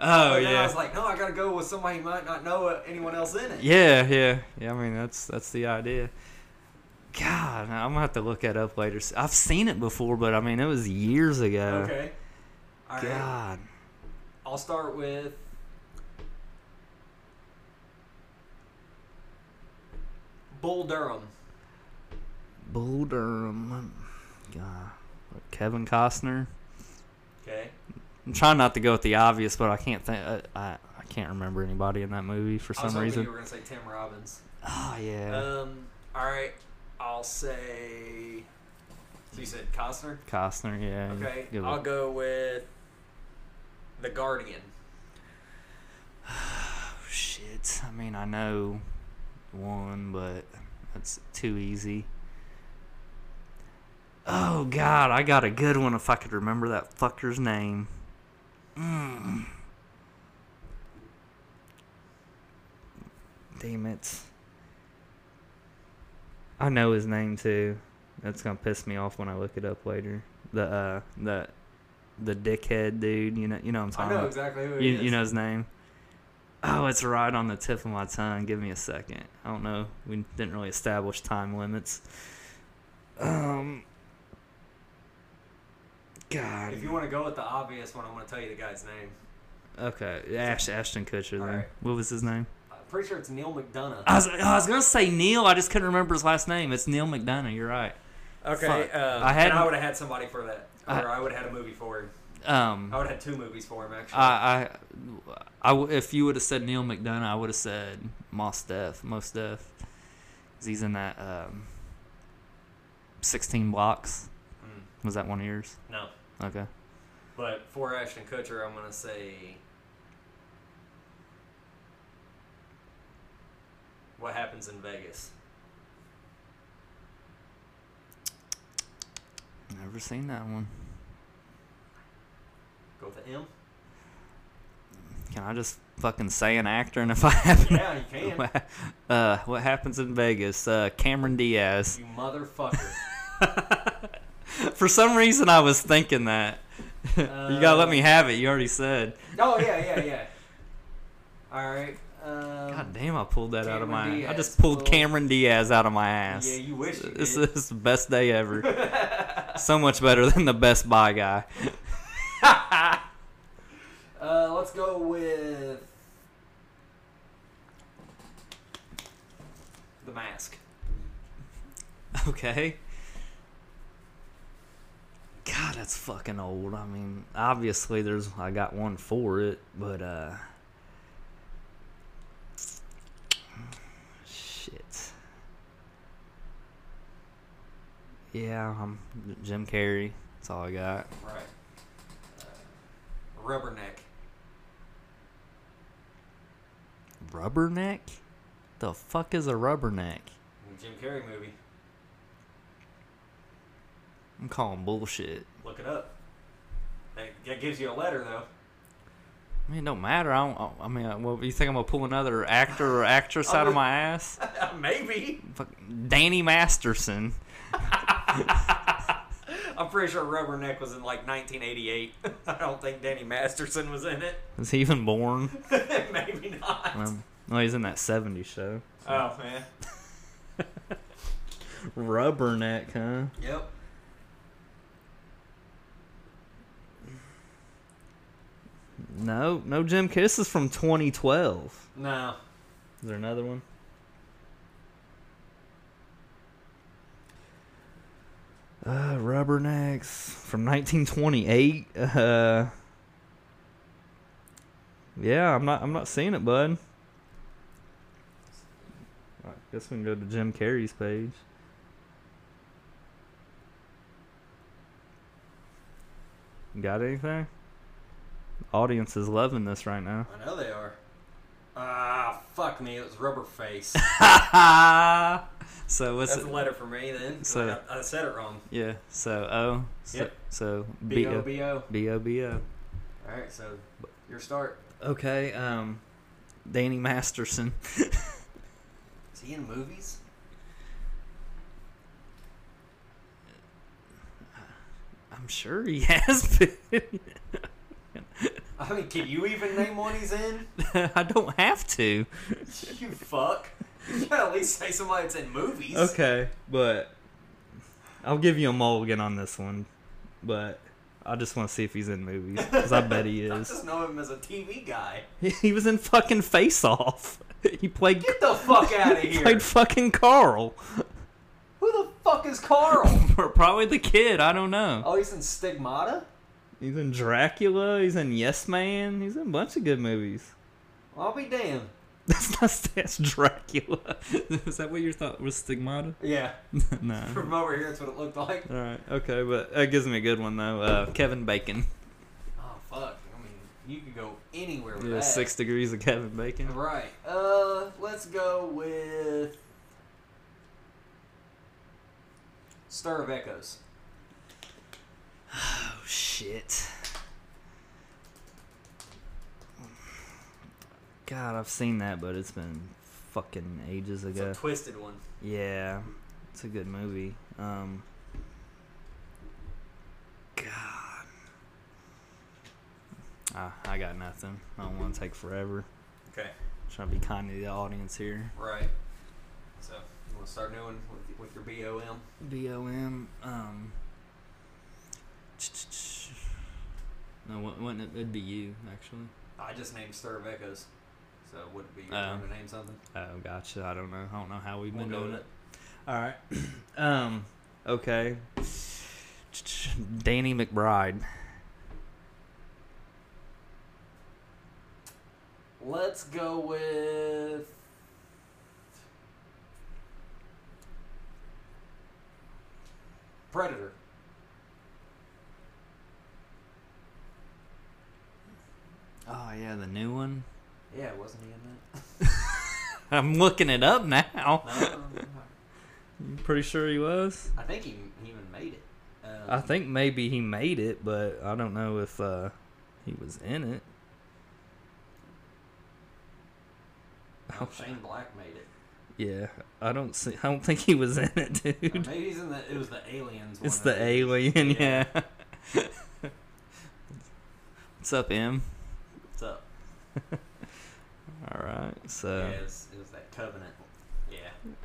Oh But then I yeah, was like, no, I gotta go with somebody who might not know uh, anyone else in it. yeah, yeah, yeah. I mean, that's that's the idea. God, I'm gonna have to look that up later. I've seen it before, but I mean, it was years ago. Okay. All right. God, I'll start with. Bull Durham. Bull Durham. God, Kevin Costner. Okay. I'm trying not to go with the obvious, but I can't think. I I, I can't remember anybody in that movie for I was some hoping reason. you were gonna say Tim Robbins. Oh yeah, Um. All right. I'll say. So you said Costner. Costner. Yeah. Okay. Good I'll one. go with. The Guardian. Shit. I mean, I know one, but that's too easy. Oh God, I got a good one if I could remember that fucker's name. Mm. damn it. I know his name too. That's gonna piss me off when I look it up later. The uh the the dickhead dude, you know you know what I'm I talking know about. exactly who it You, is. you know his name? Oh, it's right on the tip of my tongue. Give me a second. I don't know. We didn't really establish time limits. Um. God. If you want to go with the obvious one, I'm going to tell you the guy's name. Okay, Ash, Ashton Kutcher. Then. Alright. What was his name? I'm pretty sure it's Neil McDonough. I was, oh, I was gonna say Neil. I just couldn't remember his last name. It's Neil McDonough. You're right. okay, fuck. um, I I hadn't- and I would have had somebody for that, or I- I, would have had a movie for him. Um. I would have had two movies for him actually. I, I, I w- if you would have said Neil McDonough, I would have said Mos Def, Mos Def, 'Cause he's in that um, sixteen blocks. Mm, Was that one of yours? no, Okay. but for Ashton Kutcher, I'm going to say. What happens in Vegas? Never seen that one. Go with the M. Can I just fucking say an actor? And if I happen, Yeah, you can. uh, what happens in Vegas? Uh, Cameron Diaz. You motherfucker. For some reason, I was thinking that. you gotta let me have it. You already said. Oh yeah, yeah, yeah. All right. Um, God damn, I pulled that out of my. Cameron I Diaz. just pulled Well- Cameron Diaz out of my ass. Yeah, you wish you This did. is the best day ever. so much better than the Best Buy guy. Uh, let's go with the mask. Okay. God, that's fucking old. I mean, obviously there's I got one for it, but uh shit. Yeah, I'm Jim Carrey. That's all I got. Right. Uh, rubberneck. Rubberneck? The fuck is a rubberneck? Jim Carrey movie. I'm calling bullshit. Look it up. That, that gives you a letter though. I mean, it don't matter. I don't. I mean, uh, well, you think I'm gonna pull another actor or actress out of my ass? Maybe. Fuck, Danny Masterson. I'm pretty sure Rubberneck was in like 1988. I don't think Danny Masterson was in it. Is he even born? Maybe not. Um, no, he's in that '70s show. Oh man. Rubberneck, huh? Yep. No, no. Jim Kiss is from 2012. No. Is there another one? Uh, Rubbernecks from 1928. Uh, yeah, I'm not. I'm not seeing it, bud. I guess we can go to Jim Carrey's page. Got anything? Audience is loving this right now. I know they are. Ah, fuck me. It was Rubber Face. so what's That's it? a letter for me then. 'cause So- I, got- I said it wrong. Yeah. So O. So, Yep. so B B O O B O. B O B O. All right, so your start. Okay. Um, Danny Masterson. Is he in movies? I'm sure he has been. I mean, can you even name one he's in? I don't have to. you fuck. You gotta at least say somebody that's in movies. Okay, but I'll give you a mulligan on this one. But I just want to see if he's in movies because I bet he I is. just know him as a TV guy. he was in fucking Face Off. He played. Get the fuck out of He here. played fucking Carl. Who the fuck is Carl? Probably the kid. I don't know. oh, he's in Stigmata? He's in Dracula. He's in Yes Man. He's in a bunch of good movies. I'll be damned. That's not that's Dracula. Is that what your thought was Stigmata? Yeah. no. From over here, that's what it looked like. All right. Okay, but that gives me a good one though. Uh, Kevin Bacon. Oh, fuck. I mean, you could go anywhere with Yeah, that. six degrees of Kevin Bacon. Right. Uh, let's go with Stir of Echoes. Oh shit. God, I've seen that, but it's been fucking ages It's ago. a twisted one. Yeah, it's a good movie. Um, God, Ah, I got nothing. I don't want to take forever. Okay. trying to be kind to the audience here. Right. So you want to start doing with, with your BOM? B O M. Um. No, wou- wouldn't it? It'd be you actually. I just named Stir of Echoes. So would it be your Oh. turn to name something? Oh, gotcha. I don't know. I don't know how we've been We'll go doing with it. All right. um. Okay. Danny McBride. it. Let's go with. Predator. Oh yeah, the new one. Yeah, wasn't he in I'm looking it up now. that? No. I'm pretty sure he was. I think he, he even made it. Um, I think maybe he made it, but I don't know if uh, he was in it. no, Shane Black made it. Yeah, I don't see. I don't think he was in it, Or dude. maybe he's in the. It was the aliens. It's one, I the think. alien. Yeah. Yeah. What's up, M? What's up? All right. So yeah, it was, it was that Covenant. Yeah.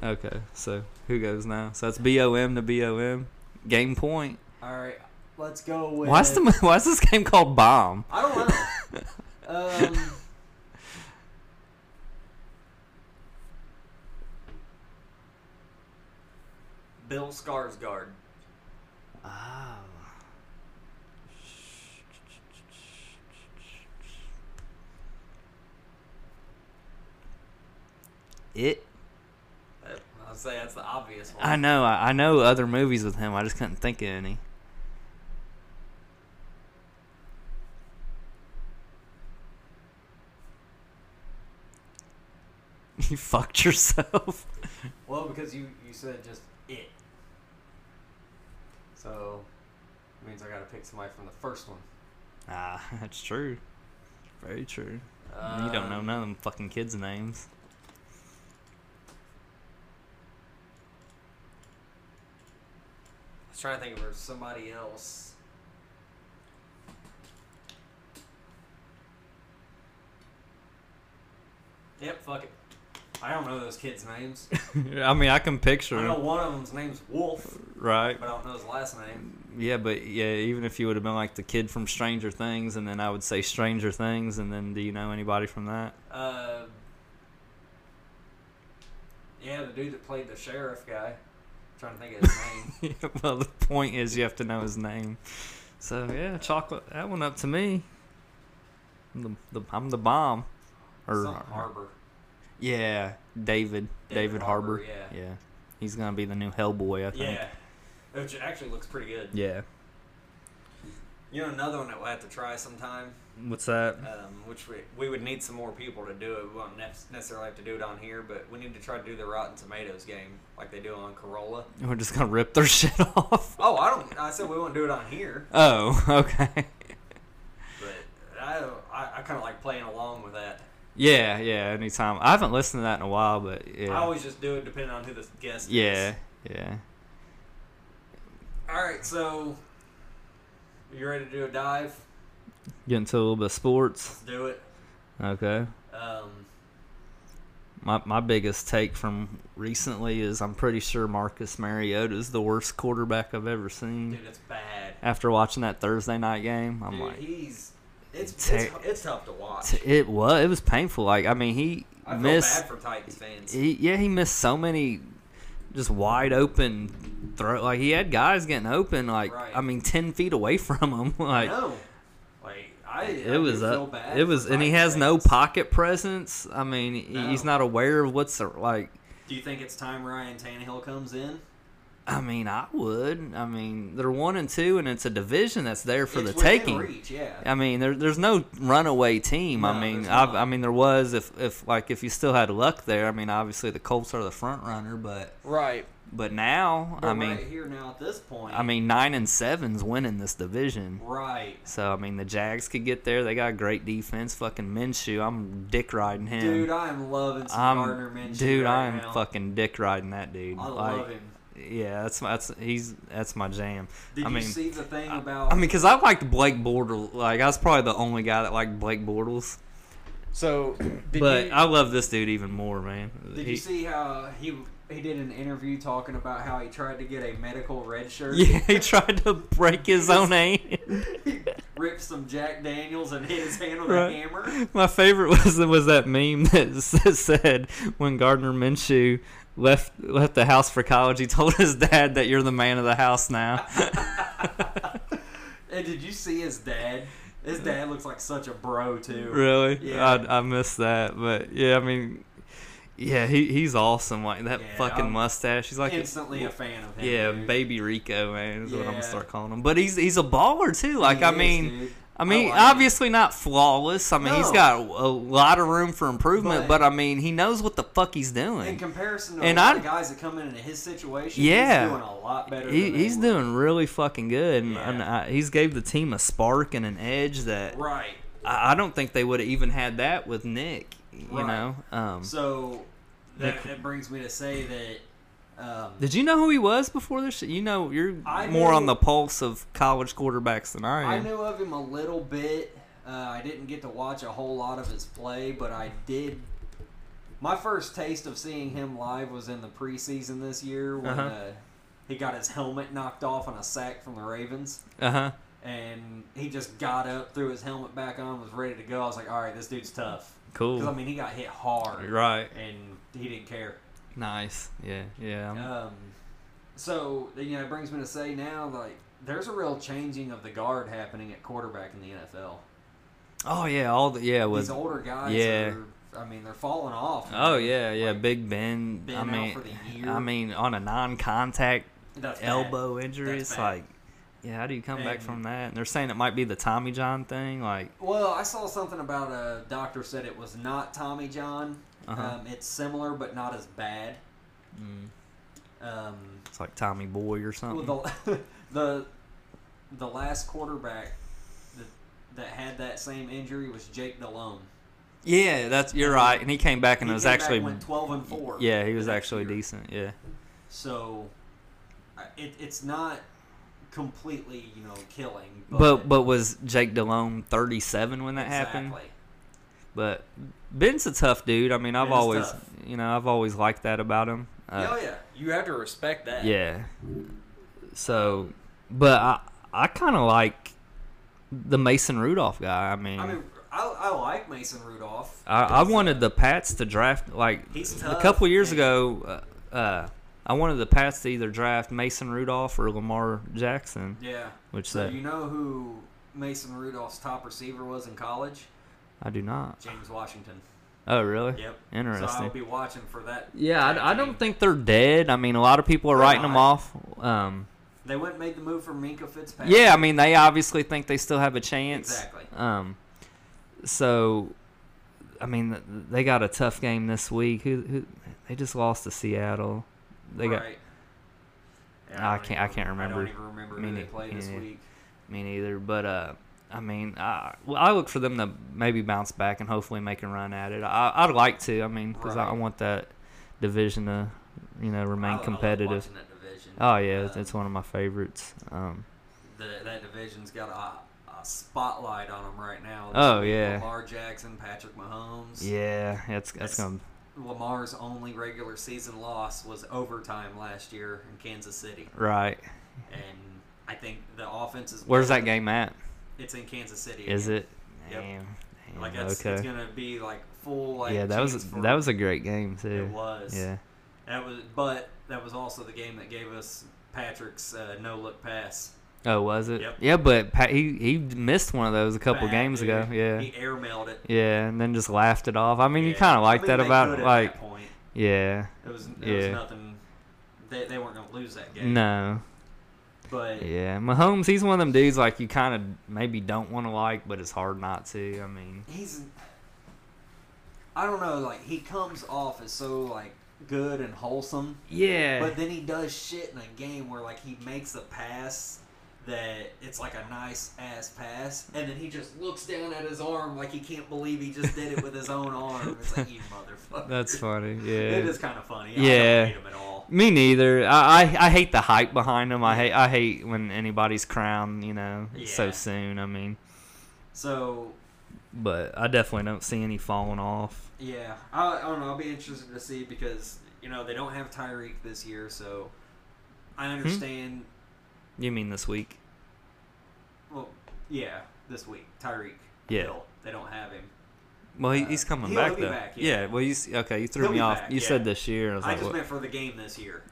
okay. So who goes now? So it's B O M to B O M. Game point. All right, let's go with. Why's the Why's this game called Bomb? I don't know. um, Bill Skarsgård. Oh. It. That- I'd Uh, say that's the obvious one. I know. I, I know other movies with him. I just couldn't think of any. You fucked yourself. Well, because you you said just it. So, it means I gotta pick somebody from the first one. Ah, that's true. Very true. you don't know Um, none of them fucking kids' names. I was trying to think of somebody else. Yep, fuck it. I don't know those kids' names. I mean, I can picture I know him, one of them's name's Wolf, right? but I don't know his last name. Yeah, but yeah, even if you would have been like the kid from Stranger Things, and then I would say Stranger Things, and then do you know anybody from that? Uh, yeah, the dude that played the sheriff guy. trying to think of his name. Yeah, well, the point is you have to know his name. So yeah, chocolate. That one up to me. I'm the, the, I'm the bomb. Or, Something Harbor. yeah, David. David, Harbor. Yeah. Yeah. he's gonna be the new Hellboy. I think. Yeah. Which actually looks pretty good. Yeah. You know, another one that we'll have to try sometime. What's that? um, which we, we would need some more people to do it. We won't nec- necessarily have to do it on here, but we need to try to do the Rotten Tomatoes game like they do on Corolla. We're just gonna rip their shit off. Oh, I don't. I said we won't do it on here, Oh, okay. but I I, I kind of like playing along with that. Yeah, yeah. Anytime. I haven't listened to that in a while, but yeah. I always just do it depending on who the guest yeah, is. yeah. Yeah. All right, so you ready to do a dive? Get into a little bit of sports. Let's do it. Okay. Um, My, my biggest take from recently is I'm pretty sure Marcus Mariota is the worst quarterback I've ever seen. dude, it's bad. After watching that Thursday night game, I'm dude, like, he's it's, it's Ter- it's tough to watch. t- it was it was painful. Like I mean, he I feel missed. bad for Titans fans. He, yeah, he missed so many just wide open throw. Like he had guys getting open. Like Right. I mean, ten feet away from him. Like no. Like I, I it was do feel uh, bad it for was, and he Titans has no fans. pocket presence. I mean, he- No. he's not aware of what's uh, like. Do you think it's time Ryan Tannehill comes in I mean, I would. I mean, they're one and two, and it's a division that's there for It's the within taking. Reach, yeah. I mean, there, there's no runaway team. I No, mean, there's I've, not. I mean, there was if, if like if you still had luck there. I mean, obviously the Colts are the front runner, but Right. But now, But I mean, right here now at this point. I mean, nine and seven's winning this division. right, So I mean, the Jags could get there. They got great defense. Fucking Minshew, I'm dick riding him. dude. I am loving some I'm Gardner Minshew dude. right I'm now. fucking dick riding that dude. I Like, love him. Yeah, that's my, that's he's that's my jam. Did I you mean, see the thing I- about? I mean, cause I liked Blake Bortles. Like I was probably the only guy that liked Blake Bortles, So, did but you, I love this dude even more, man. did He- you see how he he did an interview talking about how he tried to get a medical red shirt? Yeah, he tried to break his own hand. he ripped some Jack Daniels and hit his hand with Right. a hammer. My favorite was was that meme that s- said when Gardner Minshew left left the house for college, he told his dad that you're the man of the house now. And did you see his dad? His dad looks like such a bro too. really? Yeah. I I missed that, but yeah, I mean, yeah, he he's awesome. Like that Yeah, fucking I'm mustache. He's like a- Instantly a fan of him. yeah, dude. baby Rico, man, is what I'm Yeah. gonna start calling him. But he's he's a baller too. Like He I is, mean. dude. I mean, like him. obviously not flawless. I mean, he's No. got a lot of room for improvement, but, But- I mean, he knows what the fuck he's in doing. comparison to and a lot I- of guys that come in into his situation, Yeah. he's doing a lot better. He, than they he's were. doing really fucking good, and, Yeah. and I, he's gave the team a spark and an edge that right. I, I don't think they would have even had that with Nick. You Right. know, um, So that, The- that brings me to say that um, did you know who he was before this? You know, you're I more on knew- the pulse of college quarterbacks than I I am. knew of him a little bit. Uh, I didn't get to watch a whole lot of his play, but I did. My first taste of seeing him live was in the preseason this year when Uh-huh. uh he got his helmet knocked off on a sack from the Ravens, Uh huh. and he just got up, threw his helmet back on, was ready to go. I was like, all right, this dude's tough. Because I Cool. mean, he got hit hard, Right. and he didn't care. Nice. Yeah. Yeah. I'm- Um, so you know, it brings me to say now, like, there's a real changing of the guard happening at quarterback in the NFL. oh yeah. All the yeah was These older guys, yeah. are, I mean, they're falling off. Oh yeah, yeah. Like, Big Ben. Ben I out mean, for the year. I mean, on a non-contact that's bad. elbow injury, That's it's bad. like, yeah, how do you come back And- from that? And they're saying it might be the Tommy John thing. Like, Well, I saw something about a doctor said it was not Tommy John. Uh-huh. Um, it's similar, but not as bad. mm, Um, it's like Tommy Boy or something. well, the, the the last quarterback that, that had that same injury was Jake Delhomme. yeah, that's you're right. And he came back and He it was came back actually, and went twelve and four. yeah, he was the next actually year. decent. Yeah, So, I- it, it's not completely you know killing, but but was Jake Delhomme 37 when that happened? Exactly. But Ben's a tough dude. I mean, I've Ben is always, tough. you know, I've always liked that about him. Uh, oh yeah, you have to respect that. Yeah. So, but I I kind of like the Mason Rudolph guy. I mean, I I, mean, I, I like Mason Rudolph. I, wanted the Pats to draft like He's a tough, couple years man. ago. Uh, uh, I wanted the Pats to either draft Mason Rudolph or Lamar Jackson, Yeah. which So that you know who Mason Rudolph's top receiver was in college? I do not. James Washington. Oh, really? Yep. So I'll Interesting. be watching for that. yeah, that I, I team. don't think they're dead. I mean, a lot of people are They're writing them not. off. Um, they went and made the move for Minka Fitzpatrick. yeah, I mean, they obviously think they still have a chance. Exactly. Um, so, I mean, th- they got a tough game this week. Who, who they just lost to Seattle. They got Right. I don't can't- I even- can't I remember. don't even remember Me who they neith- played this yeah. week. me neither, but uh, I mean, I well, I look for them to maybe bounce back and hopefully make a run at it. I, I'd like to. I mean, because I, Right. want that division to, you know, I- I remain love competitive. watching that division. Oh yeah, it's Um, it's one of my favorites. Um, the, that division's got a, a spotlight on them right now. Oh, yeah. Lamar Jackson, Patrick Mahomes. yeah, that's that's That's- gonna Lamar's only regular season loss was overtime last year in Kansas City, right. and I think the offense is. Where's that game at? It's in Kansas City. Is it? Yep. Damn, damn, Like that's okay. it's gonna be like full like. yeah, that was chance for- that was a great game too. It was. Yeah. That was, but that was also the game that gave us Patrick's uh, no look pass. Oh, was it? Yep. Yeah, but Pat, he he missed one of those a couple Bad, games dude. ago. Yeah. He air mailed it. yeah, and then just laughed it off. I mean, you Yeah. kind of like I mean, that they about could at like that point. yeah. It was, it Yeah. was nothing. They, they weren't going to lose that game. No. But Yeah, Mahomes, he's one of them dudes like you kind of maybe don't want to like, but it's hard not to. I mean, he's. I don't know. Like he comes off as so like good and wholesome. Yeah. But then he does shit in a game where like he makes a pass that it's like a nice ass pass, and then he just looks down at his arm like he can't believe he just did it with his own arm. It's like you motherfucker. That's funny. Yeah. It is kind of funny. I Yeah. don't hate him at all. Me neither. I, I I hate the hype behind them. I hate I hate when anybody's crowned, you know, Yeah. so soon. I mean, So but I definitely don't see any falling off. Yeah, I, I don't know. I'll be interested to see because you know they don't have Tyreek this year, so I Hmm? understand. You mean this week? Well, yeah, this week Tyreek. Yeah. Hill, they don't have him. Well, he, Uh, he's coming he'll- back he'll be though. back, yeah. yeah. Well, you s- okay? You threw He'll be me off. back, you yeah. said this year. I was I like, just what? meant for the game this year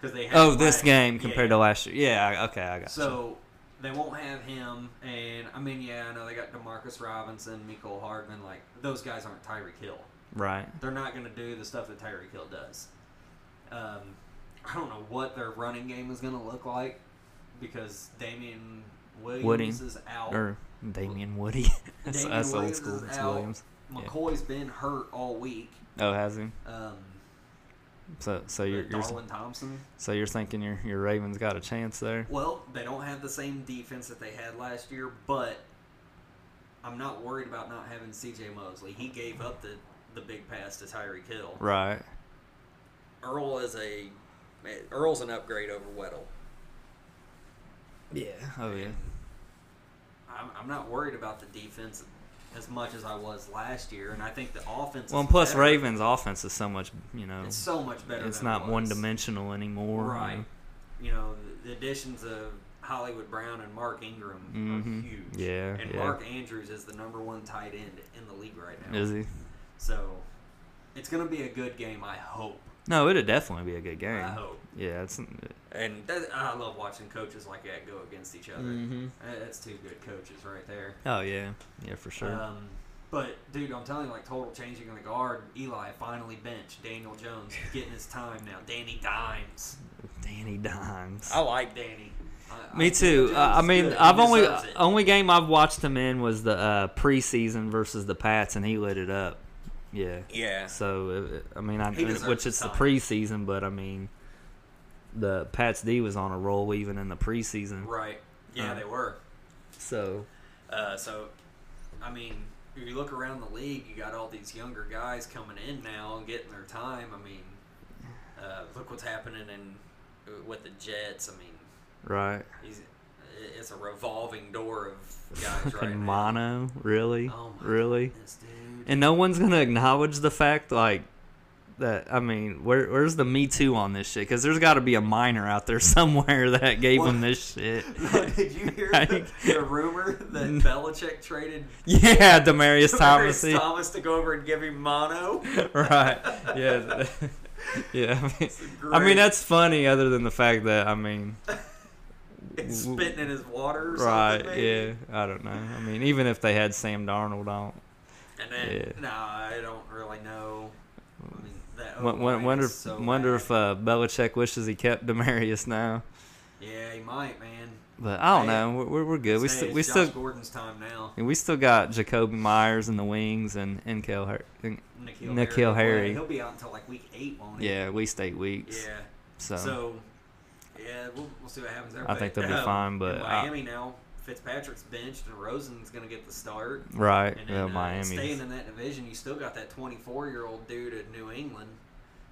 because they. Have oh, this last- game yeah, compared yeah. to last year. Yeah. I- Okay, I got So they won't have him, and I mean, yeah, I know they got Demarcus Robinson, Miko Hardman. Like those guys aren't Tyreek Hill. you. Right. they're not going to do the stuff that Tyreek Hill does. Um, I don't know what their running game is going to look like because Damian Williams Woody. is out. Or Damian Woody. that's Damian that's old Williams school. is That's out. Williams. yeah. McCoy's been hurt all week. Oh, has he? Um, So so you're, you're Darwin Thompson. so you're thinking your your Ravens got a chance there? Well, they don't have the same defense that they had last year, but I'm not worried about not having C.J. Mosley. He gave up the, the big pass to Tyreek Hill. Right. Earl is a Earl's an upgrade over Weddle. Yeah. Oh yeah. I'm, I'm not worried about the defense as much as I was last year, and I think the offense. Well, is and plus better. Ravens offense is so much, you know, It's it's, so much better. than it not was. one dimensional anymore. you right? know. You know, the, the additions of Hollywood Brown and Mark Ingram Mhm. are huge. Yeah, and yeah. Mark Andrews is the number one tight end in the league right now. Is he? So it's going to be a good game. I hope. No, it'd definitely be a good game. I hope. Yeah, it's uh, And that, I love watching coaches like that go against each other. Mm-hmm. That- That's two good coaches right there. Oh yeah, yeah for sure. Um, but dude, I'm telling you, like total changing in the guard. Eli finally benched Daniel Jones, He's getting his time now. Danny Dimes. Danny Dimes. I like Danny. I, Me I- too. Daniel Uh, I Jones is mean, good. He I've only deserves it. only game I've watched him in was the uh, preseason versus the Pats, and he lit it up. Yeah. yeah. So uh, I mean, I He deserves which the it's the time. preseason, but I mean, the Pats D was on a roll even in the preseason. Right. Yeah, Uh, they were. So Uh, so, I mean, if you look around the league, you got all these younger guys coming in now and getting their time. I mean, uh, look what's happening in uh, with the Jets. I mean, right. he's, it's a revolving door of guys right now. Fucking mono, really, Oh my really, goodness, dude. and no one's gonna acknowledge the fact like that. I mean, where, where's the Me Too on this shit? Because there's got to be a minor out there somewhere that gave Well- him this shit. Did you hear the, Like- the rumor that Belichick traded yeah, Demarius Thomas, Thomas. Thomas to go over and give him mono? right? Yeah, yeah. I mean, I Great. mean, that's funny. Other than the fact that I mean, And spitting in his water, or Mm. right? Something, maybe? Yeah, I don't know. I mean, even if they had Sam Darnold on, And then, Yeah. no, I don't really know. I mean, that w- O-line is wonder Oh, so wonder bad. if uh, Belichick wishes he kept Demarius now. yeah, he might, man. But I don't Hey, know. We're, we're, we're good. We Say still it's we Josh still Gordon's time now. we still got Jacoby Myers in the wings and and Kel Har- and- Nikhil, Nikhil Harry. Harry. He'll be out until like week eight, won't he? yeah, at least eight weeks. Yeah. So, So, yeah, we'll, we'll see what happens there. I think they'll be fine, in but I- Miami now, Fitzpatrick's benched and Rosen's going to get the start. right, And then, yeah, uh, Miami. Staying in that division, you still got that 24 year old dude at New England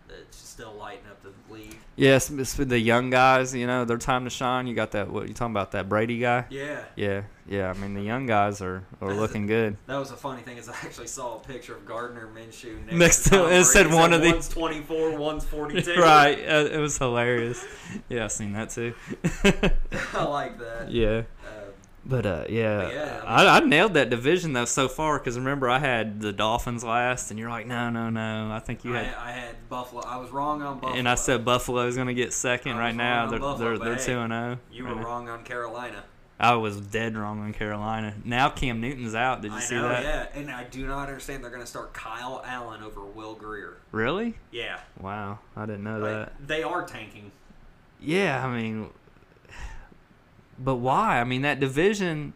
that's still lighting up the league. Yes, it's for the young guys, you know, their time to shine. You got that? What you talking about? That Brady guy? Yeah. Yeah, yeah. I mean, the young guys are are That's looking good. That was a funny thing is I actually saw a picture of Gardner Minshew next, Next to to- Tom it said Brady. one of the- one's 24, one's 42. right, uh, it was hilarious. yeah, I seen that too. I like that. yeah. Um, But uh, yeah, But yeah, I I, I, nailed that division though so far because remember I had the Dolphins last, and you're like, no, no, no. I think you had, I, I had Buffalo. I was wrong on Buffalo. and I said Buffalo's gonna get second I right was now. wrong on They're Buffalo, they're but they're hey, two and zero. you were wrong on Carolina. I was dead wrong on Carolina. Now Cam Newton's out. Did you I see know, that? yeah. And I do not understand they're going to start Kyle Allen over Will Greer. Really? Yeah. Wow, I didn't know Like, that. they are tanking. Yeah, I mean, but why? I mean that division.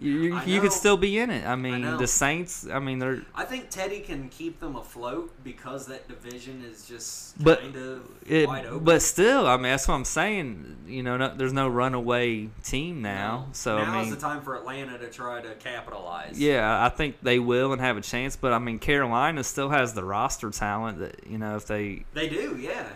You, you, I you could know. still be in it. I mean, know. the Saints. I mean, they're I think Teddy can keep them afloat because that division is just kind But of it, wide open. but still. I mean, that's what I'm saying. You know, no, there's no runaway team now. So now I is mean, the time for Atlanta to try to capitalize. yeah, I think they will and have a chance. But I mean, Carolina still has the roster talent that you know if they they do. Yeah,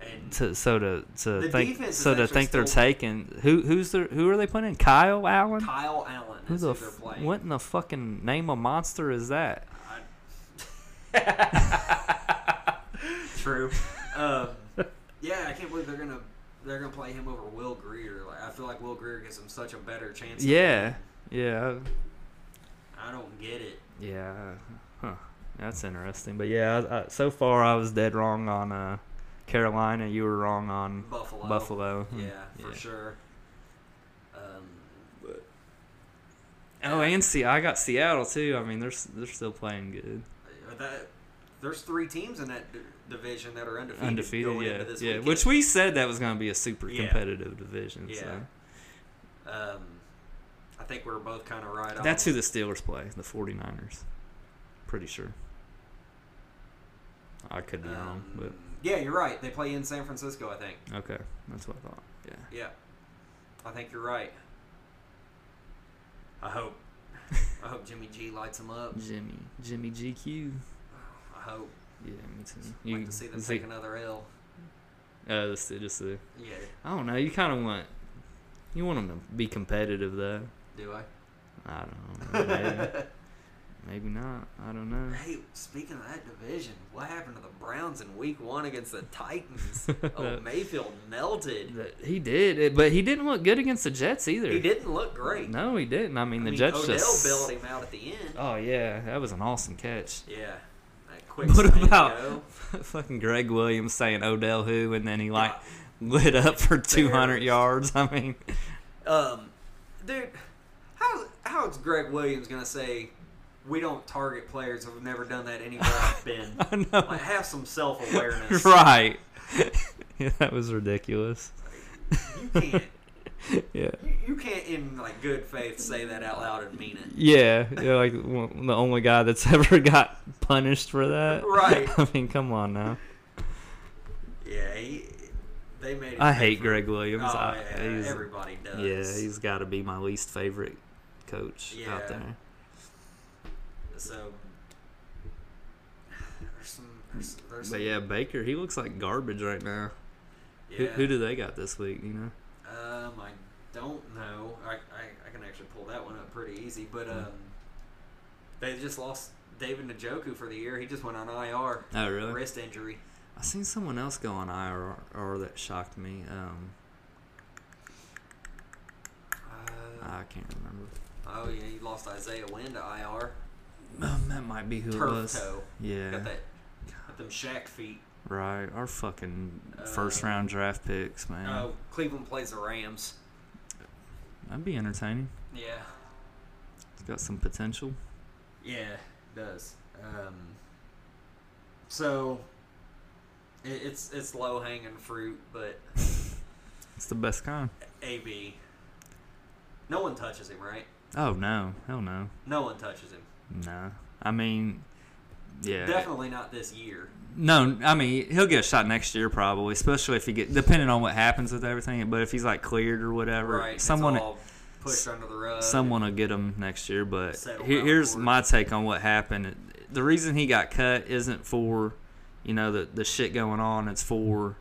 and to so to to The think defense is so to actually think they're still- taking who who's their who are they putting in Kyle Allen? Kyle Allen who is who the they're f- playing. what in the fucking name of monster is that? True. um, yeah, I can't believe they're gonna they're gonna play him over Will Greer. Like I feel like Will Greer gives him such a better chance. of Yeah, winning. yeah, I don't get it. yeah. Huh. That's interesting. But yeah, I, I, so far I was dead wrong on uh, Carolina. You were wrong on Buffalo. Buffalo. Yeah, Hmm, for yeah. sure. Um, but Oh, and see, I got Seattle too. I mean, they're s- they're still playing good, but that there's three teams in that d- division that are undefeated. undefeated. going Yeah, into this yeah. weekend. Which we said that was going to be a super Yeah. competitive division. Yeah. So. um, I think we were both kind of right. That's who on. the Steelers play, the 49ers. Pretty sure. I could be wrong, Um, but yeah, you're right. They play in San Francisco, I think. okay. That's what I thought. Yeah. Yeah, I think you're right. I hope. I hope Jimmy G lights him up. Jimmy. Jimmy GQ. I hope. Yeah, me too. Like to see them see- take another L. uh, this, just the, Yeah. I don't know. You kind of want. You want them to be competitive, though. Do I? I don't know. Maybe, maybe not. I don't know. Hey, speaking of that division, what happened to the Browns in Week One against the Titans? oh, Mayfield melted. But He did, it- but he didn't look good against the Jets either. He didn't look great. No, he didn't. I mean, I the mean, Jets Odell just. bailed him out at the end. Oh yeah, that was an awesome catch. Yeah. That quick. What slant about- go. fucking Greg Williams saying Odell who, and then he like lit up for 200 yards. I mean, Um, dude, how how is Greg Williams gonna say we don't target players who've never done that anywhere I've been? I know, Like, have some self awareness. right? yeah, that was ridiculous. You can't. Yeah, You, you can't, in like good faith, say that out loud and mean it. yeah, yeah. Like one- the only guy that's ever got punished for that. Right. I mean, come on now. Yeah, he, they made. It I pay hate for- Greg Williams. Oh, I, yeah, he's, everybody does. yeah, he's got to be my least favorite coach out Yeah. there. so. There's some. There's, there's But some yeah, Baker, he looks like garbage right now. Who, yeah. who do they got this week? You know. Um, I don't know. I, I, I can actually pull that one up pretty easy, but um, they just lost David Njoku for the year. He just went on IR, Oh really? wrist injury. I seen someone else go on IR or that shocked me. Um, Uh, I can't remember. oh yeah, he lost Isaiah Wynn to IR. Um, that might be who it Turf was. toe. Got Yeah, that. Got them Shaq feet. right. Our fucking Uh, first round draft picks, man. Oh, Cleveland plays the Rams. That'd be entertaining. Yeah. It's got some potential. Yeah, it does. Um, so it, it's it's low hanging fruit, but It's the best kind. AB. No one touches him, right? Oh no, hell no, No one touches him. no. I mean, yeah. Definitely not this year. No, I mean he'll get a shot next year probably, especially if he get depending on what happens with everything. But if he's like cleared or whatever, Right. someone it's all pushed under the rug. someone will get him next year. But Settle he- down here's for it. my take on what happened. The reason he got cut isn't for, you know, the the shit going on. It's for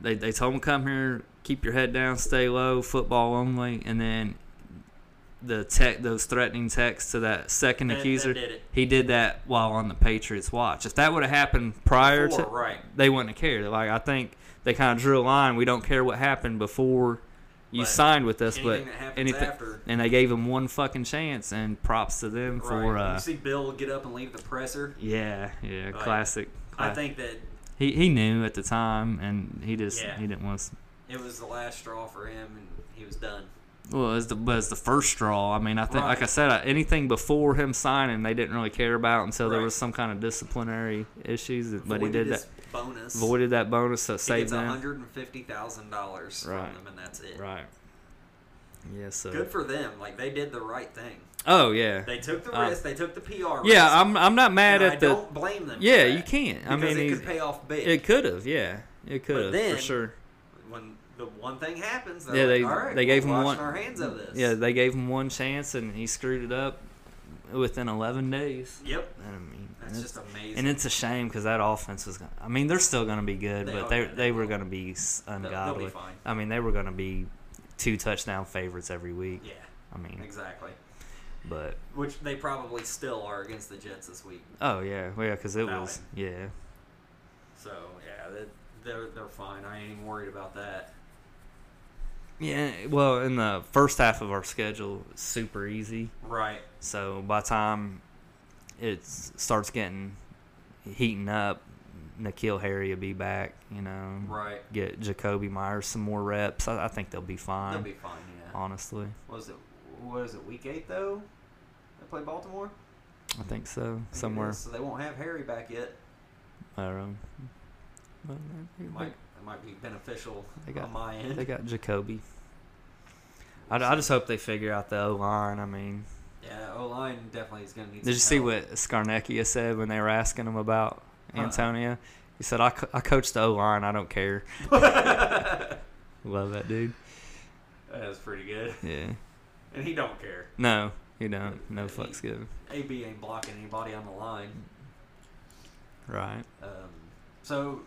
they they told him come here, keep your head down, stay low, football only, and then the tech those threatening texts to that second That- that accuser. did it. He did that while on the Patriots watch. If that would have happened prior Before, to right. they wouldn't have cared. Like I think they kind of drew a line. We don't care what happened before you But signed with us, Anything but that happens anything after. and they gave him one fucking chance and props to them for right. uh you see Bill get up and leave the presser. yeah yeah Like, classic, I classic. think that he he knew at the time and he just Yeah. he didn't want to it was the last straw for him, and he was done. well as the but it's the first straw I mean I think like I Right. said I, anything before him signing they didn't really care about until there Right. was some kind of disciplinary issues but he Voided did his that bonus. voided that bonus so he saved gets them one hundred and fifty thousand dollars Right. from them, and that's it. right Yeah. So. Good for them. Like they did the right thing. oh yeah. They took the Uh, risk. They took the PR. risk. Yeah, I'm. I'm not mad And I at the. don't blame them. for Yeah, that, you can't. I because mean, it he's- could pay off big. It could have. Yeah. It could have then- for sure. when the one thing happens, Yeah, yeah, they- they all right, they gave we're him washing one- Our hands of this. Yeah, they gave him one chance and he screwed it up within 11 days. Yep. I mean, and That's it's- just amazing. and it's a shame because that offense was. Gonna, I mean, they're still going to be good, They but are they gonna- they were going to be s- They'll- ungodly. They'll be fine. I mean, they were going to be two touchdown favorites every week. Yeah, I mean, exactly. but Which they probably still are against the Jets this week. oh yeah, well, yeah, because it Valid. was yeah. So yeah, they- they're they're fine. I ain't even worried about that. Yeah, well, in the first half of our schedule, it's super easy. Right. So by the time it starts getting heating up, Nikhil Harry will be back. You know, Right. get Jacoby Myers some more reps. I, I think they'll be fine. They'll be fine. Yeah. honestly, What was it? What is it? Week eight though. They play Baltimore I think so. I think Mm-hmm. it Somewhere is, So they won't have Harry back yet. I don't know. It might it might be beneficial They got- on my end. They got Jacoby. I, I just hope they figure out the O line. I mean, yeah, O line definitely is gonna need. did you some see help. what Scarnecchia said when they were asking him about Uh-uh. Antonio? He said, "I, co- I coached the O line. I don't care." that Love that dude. was pretty good. Yeah. And he don't care. No, you don't. No fucks given. AB ain't blocking anybody on the line. Right. Um, so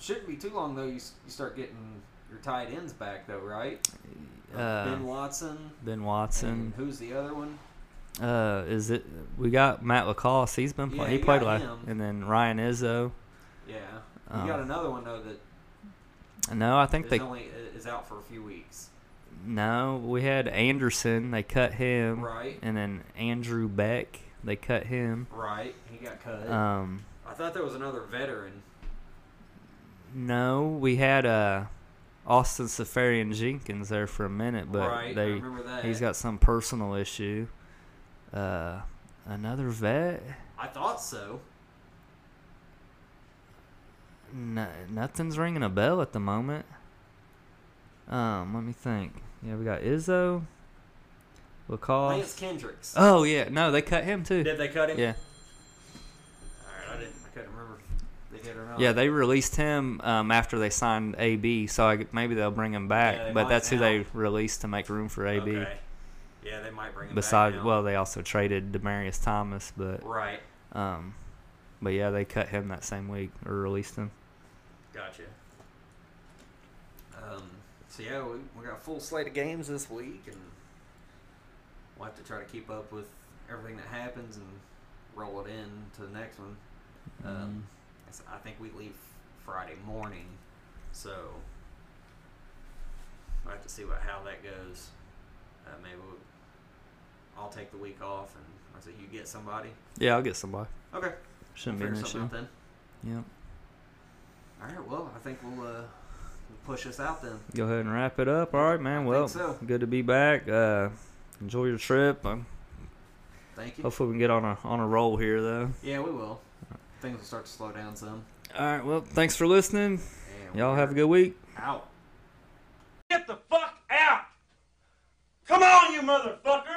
shouldn't be too long though. You, s- you start getting your tight ends back though, right? Uh, ben Watson. ben And Watson. who's the other one? Uh, is it? We got Matt Lacoste. He's been Yeah, playing. he you played got last, him. and then Ryan Izzo. Yeah, you Um, got another one though that No, I is think they only is out for a few weeks, No, we had Anderson. They cut him, right? and then Andrew Beck. They cut him. Right. He got cut. Um, I thought there was another veteran. no, we had uh, Austin Safarian Jenkins there for a minute, but right. I they remember that. he's got some personal issue. Uh, another vet. I thought so. No, nothing's ringing a bell at the moment. Um, let me think. Yeah, we got Izzo. Lance Lacoste. Kendricks. Oh yeah, no, they cut him too. Did they cut him? Yeah. All right. I didn't. I couldn't remember if they did or not. Yeah, they released him um, after they signed AB, so I, maybe they'll bring him back. Yeah, they but might that's who now. they released to make room for AB. Okay. Yeah, they might bring him Besides, back. now. well, they also traded Demarius Thomas, but Right. um, but yeah, they cut him that same week or released him. Gotcha. Um, so yeah, we, we got a full slate of games this week, and we'll have to try to keep up with everything that happens and roll it in to the next one. Um, it's- I think we leave Friday morning, so I have to see what how that goes. Uh, maybe we'll, I'll take the week off, and I say you get somebody. yeah, I'll get somebody. Okay, Shouldn't we'll be figure an something issue. out then. Yeah, All right, well, I think we'll, uh, we'll push us out then. go ahead and wrap it up. All right, man. think Well, so. good to be back. Uh, enjoy your trip. Um, Thank you. hopefully, we can get on a on a roll here though. Yeah, we will. Things will start to slow down some. All right. Well, thanks for listening. And Y'all have a good week. out. Get the fuck out! Come on, you motherfucker!